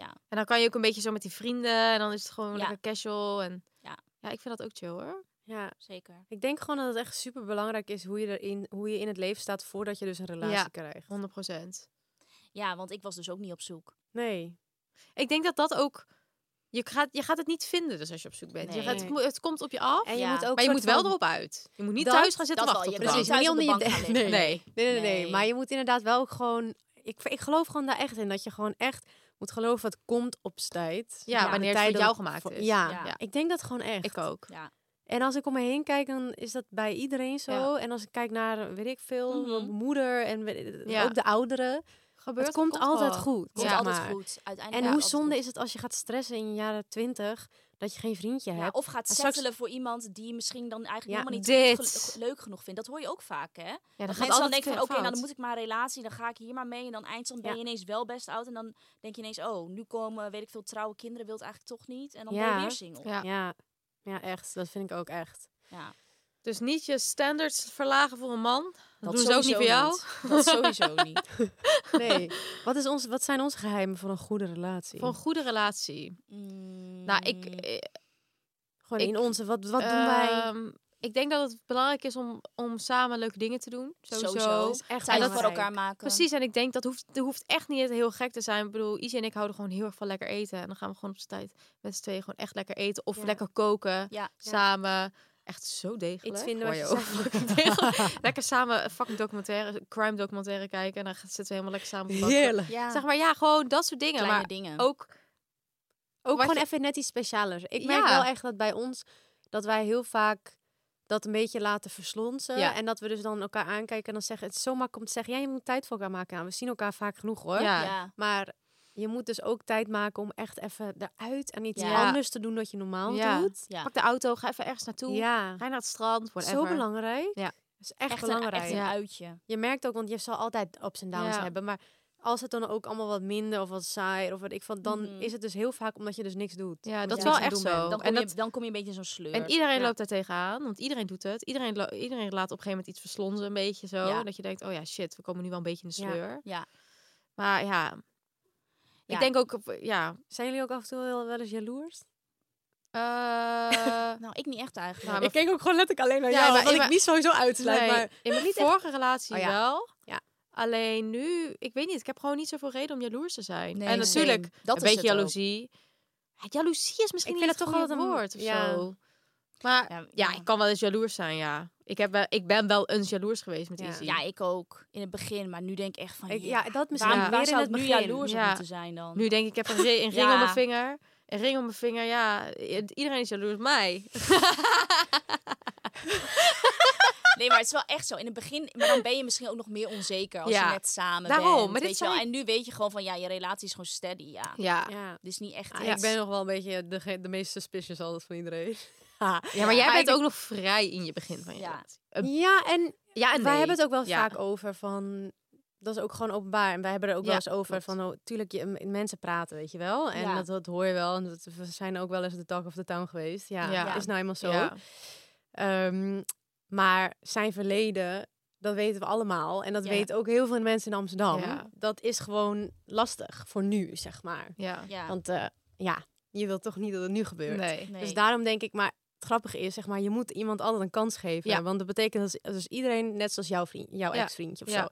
Speaker 6: En dan kan je ook een beetje zo met die vrienden en dan is het gewoon
Speaker 5: Ja.
Speaker 6: lekker casual en.
Speaker 5: Ja.
Speaker 6: ja, ik vind dat ook chill hoor.
Speaker 4: Ja.
Speaker 5: Zeker.
Speaker 4: Ik denk gewoon dat het echt super belangrijk is hoe je, erin, hoe je in het leven staat voordat je dus een relatie
Speaker 6: Ja.
Speaker 4: krijgt.
Speaker 6: 100 procent.
Speaker 5: Ja, want ik was dus ook niet op zoek.
Speaker 4: Nee.
Speaker 6: Ik denk dat dat ook. Je gaat, je gaat het niet vinden, dus als je op zoek bent. Je
Speaker 5: Nee.
Speaker 6: gaat, het, mo- het komt op je af,
Speaker 4: En je
Speaker 5: Ja.
Speaker 4: moet ook
Speaker 6: maar je
Speaker 4: soort
Speaker 6: moet wel
Speaker 4: van-
Speaker 6: erop uit. Je moet niet
Speaker 4: Dat-
Speaker 6: thuis gaan zitten
Speaker 5: dat wel,
Speaker 6: wachten
Speaker 5: je
Speaker 6: op de
Speaker 5: bent
Speaker 6: bank.
Speaker 4: Precies,
Speaker 5: thuis
Speaker 4: niet
Speaker 5: op de
Speaker 4: onder je
Speaker 5: bank
Speaker 4: dek.
Speaker 5: gaan liggen.
Speaker 4: Nee.
Speaker 6: Nee.
Speaker 4: Nee, nee, nee,
Speaker 5: Nee.
Speaker 4: Maar je moet inderdaad wel ook gewoon... Ik, ik geloof gewoon daar echt in. Dat je gewoon echt moet geloven wat komt op z'n tijd.
Speaker 6: Ja,
Speaker 4: De
Speaker 6: wanneer het
Speaker 4: tijd
Speaker 6: voor
Speaker 4: dat
Speaker 6: jou
Speaker 4: het
Speaker 6: gemaakt
Speaker 4: voor-
Speaker 6: is.
Speaker 4: Ja,
Speaker 5: Ja.
Speaker 4: ja, ik denk dat gewoon echt.
Speaker 6: Ik ook.
Speaker 5: Ja.
Speaker 4: En als ik om me heen kijk, dan is dat bij iedereen zo.
Speaker 6: Ja.
Speaker 4: En als ik kijk naar, eh, weet ik veel,
Speaker 5: Mhm.
Speaker 4: mijn moeder en weet-
Speaker 6: Ja.
Speaker 4: ook de ouderen.
Speaker 6: Gebeurt,
Speaker 4: het komt, altijd
Speaker 6: wel.
Speaker 4: goed.
Speaker 5: Komt
Speaker 4: zeg
Speaker 5: altijd
Speaker 4: maar.
Speaker 5: goed. Uiteindelijk
Speaker 4: En
Speaker 5: ja,
Speaker 4: hoe
Speaker 5: altijd
Speaker 4: zonde
Speaker 5: goed.
Speaker 4: is het als je gaat stressen in je jaren twintig, dat je geen vriendje
Speaker 5: Ja,
Speaker 4: hebt.
Speaker 5: of gaat
Speaker 4: Maar straks-
Speaker 5: settelen voor iemand die je misschien dan eigenlijk
Speaker 4: Ja,
Speaker 5: helemaal niet
Speaker 6: dit.
Speaker 5: goed gel- leuk genoeg vindt. Dat hoor je ook vaak, hè?
Speaker 6: Ja,
Speaker 5: Dat
Speaker 6: gaat
Speaker 5: mensen dan
Speaker 6: altijd
Speaker 5: denken van,
Speaker 6: veel
Speaker 5: oké, nou
Speaker 6: fout.
Speaker 5: dan moet ik maar een relatie, dan ga ik hier maar mee. En dan eindstand ben
Speaker 4: Ja.
Speaker 5: je ineens wel best oud. En dan denk je ineens, oh, nu komen, weet ik veel, trouwe kinderen, wil het eigenlijk toch niet. En dan ben
Speaker 4: Ja.
Speaker 5: je weer single.
Speaker 6: oh, Ja.
Speaker 4: Ja. ja, echt. Dat vind ik ook echt.
Speaker 5: Ja.
Speaker 6: Dus niet je standards verlagen voor een man. Dat, doen ze ook
Speaker 5: sowieso
Speaker 6: niet voor jou.
Speaker 5: niet. Dat sowieso niet.
Speaker 4: Nee. wat, is ons, wat zijn onze geheimen voor een goede relatie?
Speaker 6: Voor een goede relatie. Nou, ik,
Speaker 5: Mm,
Speaker 6: eh,
Speaker 4: Gewoon in
Speaker 6: ik-
Speaker 4: onze, wat, wat doen wij?
Speaker 6: ehm, ik denk dat het belangrijk is om, om samen leuke dingen te doen. Sowieso.
Speaker 5: Sowieso.
Speaker 4: Echt
Speaker 5: Tijd
Speaker 6: dat-
Speaker 5: voor elkaar maken.
Speaker 6: Precies, en ik denk dat hoeft, dat hoeft echt niet heel gek te zijn. Ik bedoel, Izzy en ik houden gewoon heel erg van lekker eten. En dan gaan we gewoon op z'n tijd met z'n tweeën gewoon echt lekker eten. Of
Speaker 4: Ja.
Speaker 6: lekker koken,
Speaker 5: Ja.
Speaker 6: samen. Echt zo degelijk.
Speaker 4: Iets vinden wat je
Speaker 6: Wow, joh.
Speaker 4: zelf
Speaker 6: Degelijk. lekker samen een fucking documentaire, crime documentaire kijken. En dan zitten we helemaal lekker samen op de bank.
Speaker 5: Ja.
Speaker 6: Zeg maar, ja, gewoon dat soort dingen.
Speaker 5: Kleine
Speaker 6: maar
Speaker 5: dingen.
Speaker 6: ook
Speaker 4: Ook
Speaker 6: Wat
Speaker 4: gewoon
Speaker 6: je-
Speaker 4: even net iets specialer. Ik merk
Speaker 6: Ja.
Speaker 4: wel echt dat bij ons, dat wij heel vaak dat een beetje laten verslonsen.
Speaker 6: Ja.
Speaker 4: En dat we dus dan elkaar aankijken en dan zeggen, het zomaar komt te zeggen, ja, je moet tijd voor elkaar maken. Nou, we zien elkaar vaak genoeg hoor.
Speaker 6: Ja.
Speaker 5: Ja.
Speaker 4: Maar je moet dus ook tijd maken om echt even eruit en iets
Speaker 5: Ja.
Speaker 4: anders te doen wat je normaal
Speaker 6: Ja.
Speaker 4: doet.
Speaker 5: Ja.
Speaker 6: Pak de auto, ga even ergens naartoe.
Speaker 4: Ja,
Speaker 6: Ga naar het strand, whatever.
Speaker 4: zo belangrijk.
Speaker 6: Ja.
Speaker 4: Dat is echt,
Speaker 5: Echt een,
Speaker 4: belangrijk.
Speaker 5: echt een
Speaker 6: Oh,
Speaker 5: uitje.
Speaker 4: Je merkt ook, want je zal altijd ups en downs
Speaker 6: Ja.
Speaker 4: hebben. Maar als het dan ook allemaal wat minder of wat saai of wat ik van, dan
Speaker 5: Mhm.
Speaker 4: is het dus heel vaak omdat je dus niks doet.
Speaker 6: Ja, dat is
Speaker 5: Ja.
Speaker 4: Omdat
Speaker 6: wel
Speaker 4: je aan
Speaker 6: echt
Speaker 4: het
Speaker 6: zo.
Speaker 5: Dan kom,
Speaker 6: en, dat,
Speaker 5: je, dan kom je een beetje in zo'n sleur.
Speaker 6: en iedereen
Speaker 4: Ja.
Speaker 6: loopt daar tegenaan, want iedereen doet het. Iedereen, lo- iedereen laat op een gegeven moment iets verslonzen, een beetje zo.
Speaker 5: Ja.
Speaker 6: Dat je denkt, oh ja, shit, we komen nu wel een beetje in de
Speaker 4: Ja.
Speaker 6: sleur.
Speaker 5: Ja.
Speaker 6: Maar ja,
Speaker 5: Ja.
Speaker 6: ik denk ook, op- ja,
Speaker 4: Zijn jullie ook af en toe wel, wel eens jaloers?
Speaker 6: eh,
Speaker 5: Nou, ik niet echt eigenlijk.
Speaker 6: Nou, maar- Ik
Speaker 4: keek ook gewoon letterlijk alleen naar
Speaker 6: Ja, jou, maar- want ik maar-
Speaker 4: niet sowieso uitsluit.
Speaker 6: nee, in mijn vorige relatie
Speaker 4: Oh ja.
Speaker 6: wel.
Speaker 4: Ja.
Speaker 6: Alleen nu, ik weet niet, ik heb gewoon niet zoveel reden om jaloers te zijn.
Speaker 5: Nee,
Speaker 6: en
Speaker 5: nee.
Speaker 6: natuurlijk,
Speaker 5: dat
Speaker 6: een
Speaker 5: is
Speaker 6: beetje
Speaker 5: het ook.
Speaker 6: jaloezie. Ja, jaloezie is misschien
Speaker 4: Ik
Speaker 6: niet
Speaker 4: vind
Speaker 6: het
Speaker 4: het toch
Speaker 6: goede
Speaker 4: altijd een-
Speaker 6: woord of
Speaker 4: ja.
Speaker 6: zo. Maar
Speaker 5: Ja,
Speaker 6: Ja,
Speaker 5: ja.
Speaker 6: ik kan wel eens jaloers zijn, ja. Ik, heb wel, ik ben wel eens jaloers geweest met
Speaker 4: Ja.
Speaker 6: Izzy.
Speaker 5: Ja, ik ook. In het begin. Maar nu denk ik echt van...
Speaker 4: Ik,
Speaker 5: ja,
Speaker 4: ja, dat misschien
Speaker 5: waarom,
Speaker 6: Ja.
Speaker 4: weer
Speaker 5: waar
Speaker 4: in
Speaker 5: zou
Speaker 4: het
Speaker 5: het nu
Speaker 4: begin.
Speaker 5: jaloers op
Speaker 6: Ja.
Speaker 5: moeten zijn dan?
Speaker 6: Nu denk ik, ik heb een, ri- een ring
Speaker 5: Ja.
Speaker 6: om mijn vinger. Een ring om mijn vinger, ja. i- Iedereen is jaloers op mij.
Speaker 5: Nee, maar het is wel echt zo. In het begin, maar dan ben je misschien ook nog meer onzeker als
Speaker 6: Ja,
Speaker 5: je net samen
Speaker 6: daarom.
Speaker 5: bent.
Speaker 6: Maar dit
Speaker 5: weet je wel.
Speaker 6: zei
Speaker 5: En nu weet je gewoon van, ja, je relatie is gewoon steady, ja.
Speaker 6: Ja.
Speaker 4: Ja.
Speaker 5: Dus niet echt
Speaker 4: Ah,
Speaker 5: iets.
Speaker 4: Ik ben nog wel een beetje de, ge- de meest suspicious altijd van iedereen.
Speaker 6: Ja, maar jij
Speaker 4: Maar
Speaker 6: bent
Speaker 4: ik-
Speaker 6: ook nog vrij in je begin van je
Speaker 5: Ja.
Speaker 6: relatie. Eh,
Speaker 4: Ja, en
Speaker 6: Ja, en
Speaker 4: wij
Speaker 6: nee.
Speaker 4: hebben het ook wel
Speaker 6: Ja.
Speaker 4: vaak over van... Dat is ook gewoon openbaar. En wij hebben er ook
Speaker 6: Ja,
Speaker 4: wel eens over
Speaker 6: klopt.
Speaker 4: van... Oh, tuurlijk, je, m- mensen praten, weet je wel. En
Speaker 5: Ja.
Speaker 4: dat, dat hoor je wel. En dat, we zijn ook wel eens de talk of the town geweest. Ja,
Speaker 6: Ja.
Speaker 4: is nou eenmaal zo.
Speaker 6: Ja.
Speaker 4: Ehm, maar zijn verleden, dat weten we allemaal. En dat
Speaker 5: Ja.
Speaker 4: weten ook heel veel mensen in Amsterdam.
Speaker 6: Ja.
Speaker 4: Dat is gewoon lastig voor nu, zeg maar.
Speaker 6: Ja.
Speaker 5: Ja.
Speaker 4: Want eh, ja, je wilt toch niet dat het nu gebeurt.
Speaker 6: Nee.
Speaker 5: Nee.
Speaker 4: Dus daarom denk ik, maar het grappige is, zeg maar, je moet iemand altijd een kans geven.
Speaker 6: Ja.
Speaker 4: Want dat betekent dat dus iedereen, net zoals jouw, vriend, jouw
Speaker 6: Ja.
Speaker 4: ex-vriendje of
Speaker 6: Ja.
Speaker 4: zo.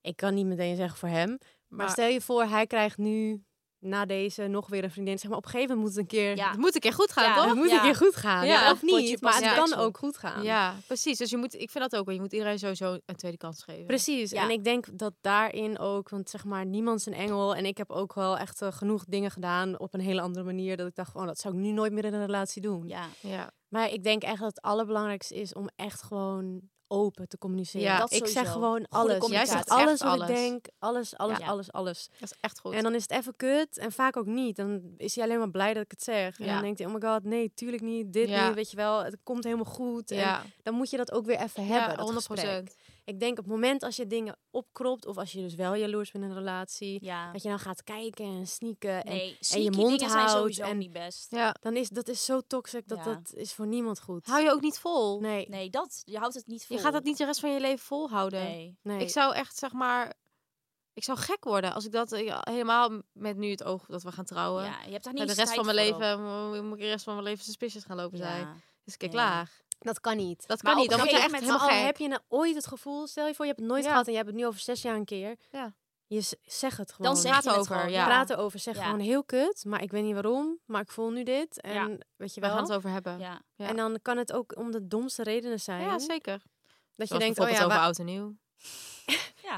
Speaker 4: Ik kan niet meteen zeggen voor hem. Maar,
Speaker 6: Maar-
Speaker 4: stel je voor, hij krijgt nu na deze nog weer een vriendin. Zeg maar, op een gegeven moment moet het een keer,
Speaker 5: Ja.
Speaker 6: Het moet een keer goed gaan,
Speaker 5: Ja.
Speaker 6: toch?
Speaker 4: het moet
Speaker 5: Ja.
Speaker 4: een keer goed gaan.
Speaker 6: Ja.
Speaker 4: Ja, Of
Speaker 5: Potje
Speaker 4: niet, maar het
Speaker 6: past
Speaker 4: kan
Speaker 5: niks op.
Speaker 4: ook goed gaan.
Speaker 6: Ja, precies. Dus je moet, ik vind dat ook wel. Je moet iedereen sowieso een tweede kans geven.
Speaker 4: Precies,
Speaker 5: Ja.
Speaker 4: en ik denk dat daarin ook, want zeg maar, niemand is een engel. En ik heb ook wel echt eh, genoeg dingen gedaan op een hele andere manier. Dat ik dacht, oh, dat zou ik nu nooit meer in een relatie doen.
Speaker 5: Ja.
Speaker 6: Ja.
Speaker 4: Maar ik denk echt dat het allerbelangrijkste is om echt gewoon open te communiceren.
Speaker 6: Ja,
Speaker 5: dat
Speaker 4: ik zeg
Speaker 5: sowieso.
Speaker 4: gewoon
Speaker 5: Goede
Speaker 4: alles. Jij
Speaker 5: communicatie.
Speaker 4: zegt
Speaker 6: Echt
Speaker 4: alles wat
Speaker 6: alles.
Speaker 4: ik denk, alles, alles,
Speaker 5: Ja.
Speaker 4: alles, alles.
Speaker 6: Dat is echt goed.
Speaker 4: En dan is het even kut en vaak ook niet. Dan is hij alleen maar blij dat ik het zeg. En
Speaker 6: Ja.
Speaker 4: dan denkt hij, oh my god, nee, tuurlijk niet, dit
Speaker 6: Ja.
Speaker 4: niet, weet je wel. Het komt helemaal goed. En
Speaker 6: ja.
Speaker 4: dan moet je dat ook weer even
Speaker 6: ja,
Speaker 4: hebben, dat
Speaker 6: 100%.
Speaker 4: gesprek. Ik denk op het moment als je dingen opkropt of als je dus wel jaloers bent in een relatie...
Speaker 5: Ja.
Speaker 4: Dat je dan gaat kijken en sneaken. En
Speaker 5: Nee, sneaky
Speaker 4: mond
Speaker 5: dingen zijn
Speaker 4: houdt
Speaker 5: sowieso
Speaker 4: en-
Speaker 5: niet best.
Speaker 6: Ja.
Speaker 4: dan is dat is zo toxic dat
Speaker 5: Ja.
Speaker 4: dat is voor niemand goed.
Speaker 6: Hou je ook niet vol.
Speaker 4: Nee,
Speaker 5: Nee, dat, je houdt het niet vol.
Speaker 6: Je gaat dat niet de rest van je leven volhouden.
Speaker 5: Nee.
Speaker 4: nee.
Speaker 6: Ik zou echt, zeg maar... Ik zou gek worden als ik dat eh, helemaal met nu het oog dat we gaan trouwen.
Speaker 5: Ja, je hebt daar niet
Speaker 6: Nou, de
Speaker 5: eens
Speaker 6: rest van
Speaker 5: tijd
Speaker 6: mijn
Speaker 5: voor ook.
Speaker 6: leven mo- moet ik de rest van mijn leven suspicious gaan lopen zijn.
Speaker 5: Ja.
Speaker 6: Dus ik kijk
Speaker 5: Nee.
Speaker 6: klaar.
Speaker 4: Dat kan niet.
Speaker 6: Dat
Speaker 5: Maar
Speaker 6: kan niet.
Speaker 5: op
Speaker 6: Dan
Speaker 5: een
Speaker 6: word je echt
Speaker 5: gegeven
Speaker 4: Met z'n
Speaker 6: helemaal
Speaker 4: allen
Speaker 6: gek.
Speaker 4: heb je nou ooit het gevoel, stel je voor, je hebt het nooit
Speaker 6: Ja.
Speaker 4: gehad en je hebt het nu over zes jaar een keer.
Speaker 6: Ja.
Speaker 4: Je z- zeg het gewoon.
Speaker 5: Dan zeg je het
Speaker 6: over,
Speaker 5: gewoon,
Speaker 6: ja.
Speaker 4: Praat erover, zeg
Speaker 5: Ja.
Speaker 4: gewoon heel kut, maar ik weet niet waarom, maar ik voel nu dit. En
Speaker 6: Ja.
Speaker 4: weet je
Speaker 6: We
Speaker 4: wel.
Speaker 6: gaan het over hebben. Ja,
Speaker 5: Ja.
Speaker 6: ja.
Speaker 4: En dan kan het ook om de domste redenen zijn.
Speaker 6: zeker.
Speaker 4: dat Dus je
Speaker 6: Zoals
Speaker 4: denkt, oh
Speaker 6: bijvoorbeeld
Speaker 4: ja,
Speaker 6: over
Speaker 4: wa-
Speaker 6: oud en nieuw.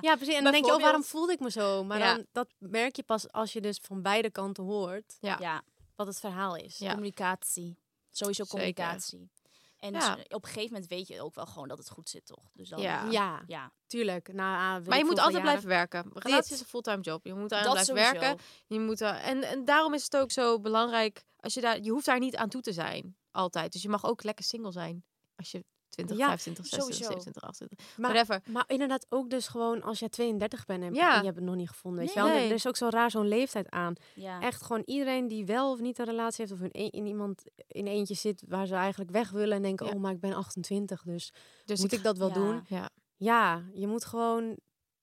Speaker 4: ja, precies. En dan denk je, oh,
Speaker 5: Bijvoorbeeld.
Speaker 4: waarom voelde ik me zo? Maar
Speaker 6: Ja.
Speaker 4: dan, dat merk je pas als je dus van beide kanten hoort
Speaker 6: Ja.
Speaker 5: ja.
Speaker 4: wat het verhaal is.
Speaker 6: Ja.
Speaker 5: Communicatie. Sowieso
Speaker 6: Zeker.
Speaker 5: communicatie. En
Speaker 6: Ja.
Speaker 5: s- op een gegeven moment weet je ook wel gewoon dat het goed zit, toch? Dus dan,
Speaker 6: Ja.
Speaker 4: Ja,
Speaker 5: ja.
Speaker 4: tuurlijk. Na, ah, weet
Speaker 6: Maar je
Speaker 4: ik
Speaker 6: moet
Speaker 4: hoeveel
Speaker 6: altijd
Speaker 4: jaren.
Speaker 6: blijven werken. Relatie is een fulltime job. Je moet daar
Speaker 5: dat
Speaker 6: blijven
Speaker 5: sowieso.
Speaker 6: werken. Je moet, daar- en, en daarom is het ook zo belangrijk. Als je, daar, je hoeft daar niet aan toe te zijn. Altijd. Dus je mag ook lekker single zijn. Als je 20,
Speaker 4: Ja,
Speaker 6: 25, 26,
Speaker 5: sowieso.
Speaker 6: 27, 28.
Speaker 4: Maar-
Speaker 6: whatever.
Speaker 4: Maar inderdaad ook dus gewoon als jij 32 bent en
Speaker 6: Ja.
Speaker 4: en je hebt het nog niet gevonden. Weet
Speaker 6: Nee.
Speaker 4: je wel?
Speaker 6: Nee.
Speaker 4: Er is ook zo raar zo'n leeftijd aan.
Speaker 5: Ja.
Speaker 4: Echt gewoon iedereen die wel of niet een relatie heeft of in, een- in iemand in eentje zit waar ze eigenlijk weg willen en denken,
Speaker 6: Ja.
Speaker 4: oh maar ik ben 28, dus,
Speaker 6: Dus
Speaker 4: moet ik dat wel
Speaker 5: Ja.
Speaker 4: doen?
Speaker 6: Ja.
Speaker 4: Ja, je moet gewoon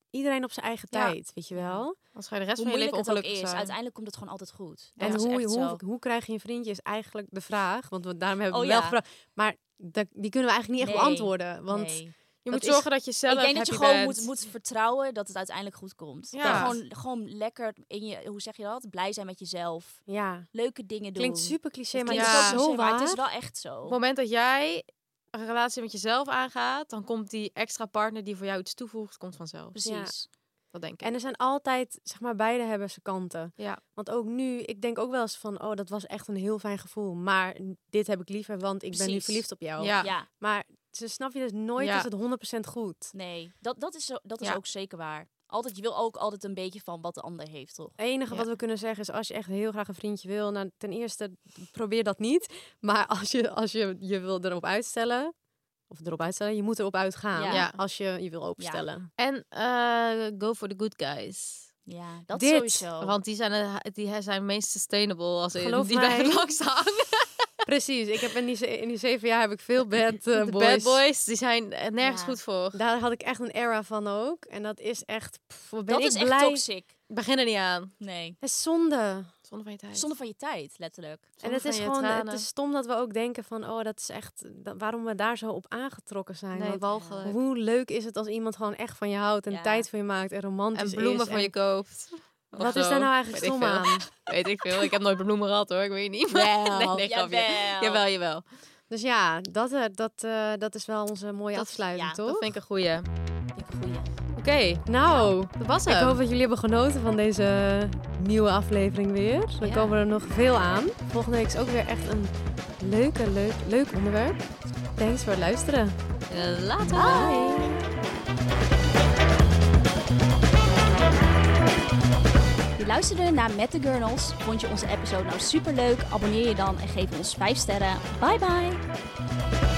Speaker 4: iedereen op zijn eigen
Speaker 6: Ja.
Speaker 4: tijd, weet je wel.
Speaker 6: Anders ga je de rest
Speaker 5: Hoe
Speaker 6: van je
Speaker 5: moeilijk
Speaker 6: leven
Speaker 5: het ook
Speaker 6: ongelukkig
Speaker 5: is,
Speaker 6: zijn.
Speaker 5: uiteindelijk komt het gewoon altijd goed. Dat
Speaker 4: En
Speaker 5: is
Speaker 4: hoe,
Speaker 5: echt zo.
Speaker 4: hoe, hoe krijg je een vriendje is eigenlijk de vraag, want we, daarom hebben we
Speaker 5: Oh,
Speaker 4: wel
Speaker 5: ja.
Speaker 4: gevraagd. Maar dat- die kunnen we eigenlijk niet echt
Speaker 5: Nee.
Speaker 4: beantwoorden, want
Speaker 5: Nee.
Speaker 6: Je
Speaker 4: dat
Speaker 6: moet
Speaker 4: is-
Speaker 6: zorgen dat je zelf
Speaker 5: Ik denk dat je
Speaker 6: happy
Speaker 5: gewoon
Speaker 6: bent.
Speaker 5: moet, moet vertrouwen dat het uiteindelijk goed komt.
Speaker 6: Ja.
Speaker 5: Dat Gewoon, gewoon lekker in je, hoe zeg je dat? Blij zijn met jezelf.
Speaker 4: ja,
Speaker 5: Leuke dingen doen.
Speaker 4: klinkt super cliché, maar
Speaker 6: klinkt
Speaker 4: het is
Speaker 6: zo
Speaker 4: zo
Speaker 5: cliché,
Speaker 4: waar.
Speaker 5: maar het is wel echt zo.
Speaker 6: Op het moment dat jij een relatie met jezelf aangaat, dan komt die extra partner die voor jou iets toevoegt, komt vanzelf.
Speaker 5: Precies.
Speaker 6: Dat denk ik.
Speaker 4: En er zijn altijd, zeg maar, beide hebben ze kanten.
Speaker 6: Ja.
Speaker 4: Want ook nu, ik denk ook wel eens van, oh, dat was echt een heel fijn gevoel. Maar dit heb ik liever, want ik ben nu
Speaker 5: Precies.
Speaker 4: verliefd op jou.
Speaker 6: Ja.
Speaker 5: Ja,
Speaker 4: Maar ze snap je dus nooit
Speaker 6: Ja.
Speaker 4: als het 100% goed.
Speaker 5: nee. Dat, dat is, zo, dat is
Speaker 6: Ja.
Speaker 5: ook zeker waar. Altijd, je wil ook altijd een beetje van wat de ander heeft, toch?
Speaker 4: Het enige
Speaker 6: Ja.
Speaker 4: wat we kunnen zeggen is, als je echt heel graag een vriendje wil, nou, ten eerste, probeer dat niet. Maar als je als je, je wil erop uitstellen, of erop uitstellen, je moet erop uitgaan.
Speaker 5: Ja.
Speaker 6: Ja.
Speaker 4: Als je je wil openstellen.
Speaker 6: En eh, go for the good guys.
Speaker 5: Ja, dat
Speaker 4: Dit,
Speaker 5: sowieso.
Speaker 6: Want die zijn, het- die zijn meest sustainable. Als in,
Speaker 4: Geloof
Speaker 6: die
Speaker 4: mij.
Speaker 6: blijven langs hangen.
Speaker 4: Precies, ik heb in die, ze- in die zeven jaar heb ik veel bad, eh,
Speaker 6: De bad
Speaker 4: boys.
Speaker 6: boys, die zijn eh, nergens
Speaker 5: Ja.
Speaker 6: goed voor.
Speaker 4: Daar had ik echt een era van ook. En dat is echt, pff, wat ben
Speaker 5: dat
Speaker 4: ik
Speaker 5: is echt
Speaker 4: blij.
Speaker 5: toxic.
Speaker 6: Begin er niet aan.
Speaker 5: Nee.
Speaker 4: Het is zonde.
Speaker 6: Zonder van je tijd.
Speaker 5: Zonde van je tijd, letterlijk.
Speaker 4: En het
Speaker 6: van
Speaker 4: is
Speaker 6: je
Speaker 4: gewoon,
Speaker 6: tranen.
Speaker 4: het is stom dat we ook denken van, oh, dat is echt, dat- waarom we daar zo op aangetrokken zijn.
Speaker 6: Nee,
Speaker 4: Want
Speaker 6: walgelijk.
Speaker 4: hoe leuk is het als iemand gewoon echt van je houdt en
Speaker 5: Ja.
Speaker 4: tijd voor je maakt en romantisch
Speaker 6: En
Speaker 4: is.
Speaker 6: bloemen van
Speaker 4: en-
Speaker 6: je koopt. Of
Speaker 4: Wat is
Speaker 6: zo.
Speaker 4: daar nou eigenlijk
Speaker 6: Weet ik
Speaker 4: stom
Speaker 6: veel.
Speaker 4: aan?
Speaker 6: Weet ik veel. Ik heb nooit bloemen gehad hoor. Ik weet niet. maar- nee, nee, grapje.
Speaker 5: jawel.
Speaker 6: Jawel, jawel.
Speaker 4: Dus ja, dat, eh, dat, eh, dat is wel onze mooie
Speaker 5: Dat-
Speaker 4: afsluiting,
Speaker 5: ja,
Speaker 4: toch?
Speaker 6: Dat vind ik een goeie.
Speaker 5: Vind ik een goeie.
Speaker 6: Oké,
Speaker 4: Nou,
Speaker 6: dat was
Speaker 4: ik
Speaker 6: hem.
Speaker 4: hoop dat jullie hebben genoten van deze nieuwe aflevering weer. Er
Speaker 5: Ja.
Speaker 4: komen er nog veel aan. Volgende week is ook weer echt een leuke, leuk, leuk onderwerp. Thanks voor het luisteren.
Speaker 6: Eh, Later.
Speaker 4: Bye.
Speaker 5: Je luisterde naar Met de Gurnals. Vond je onze episode nou superleuk? Abonneer je dan en geef ons 5 sterren. Bye bye!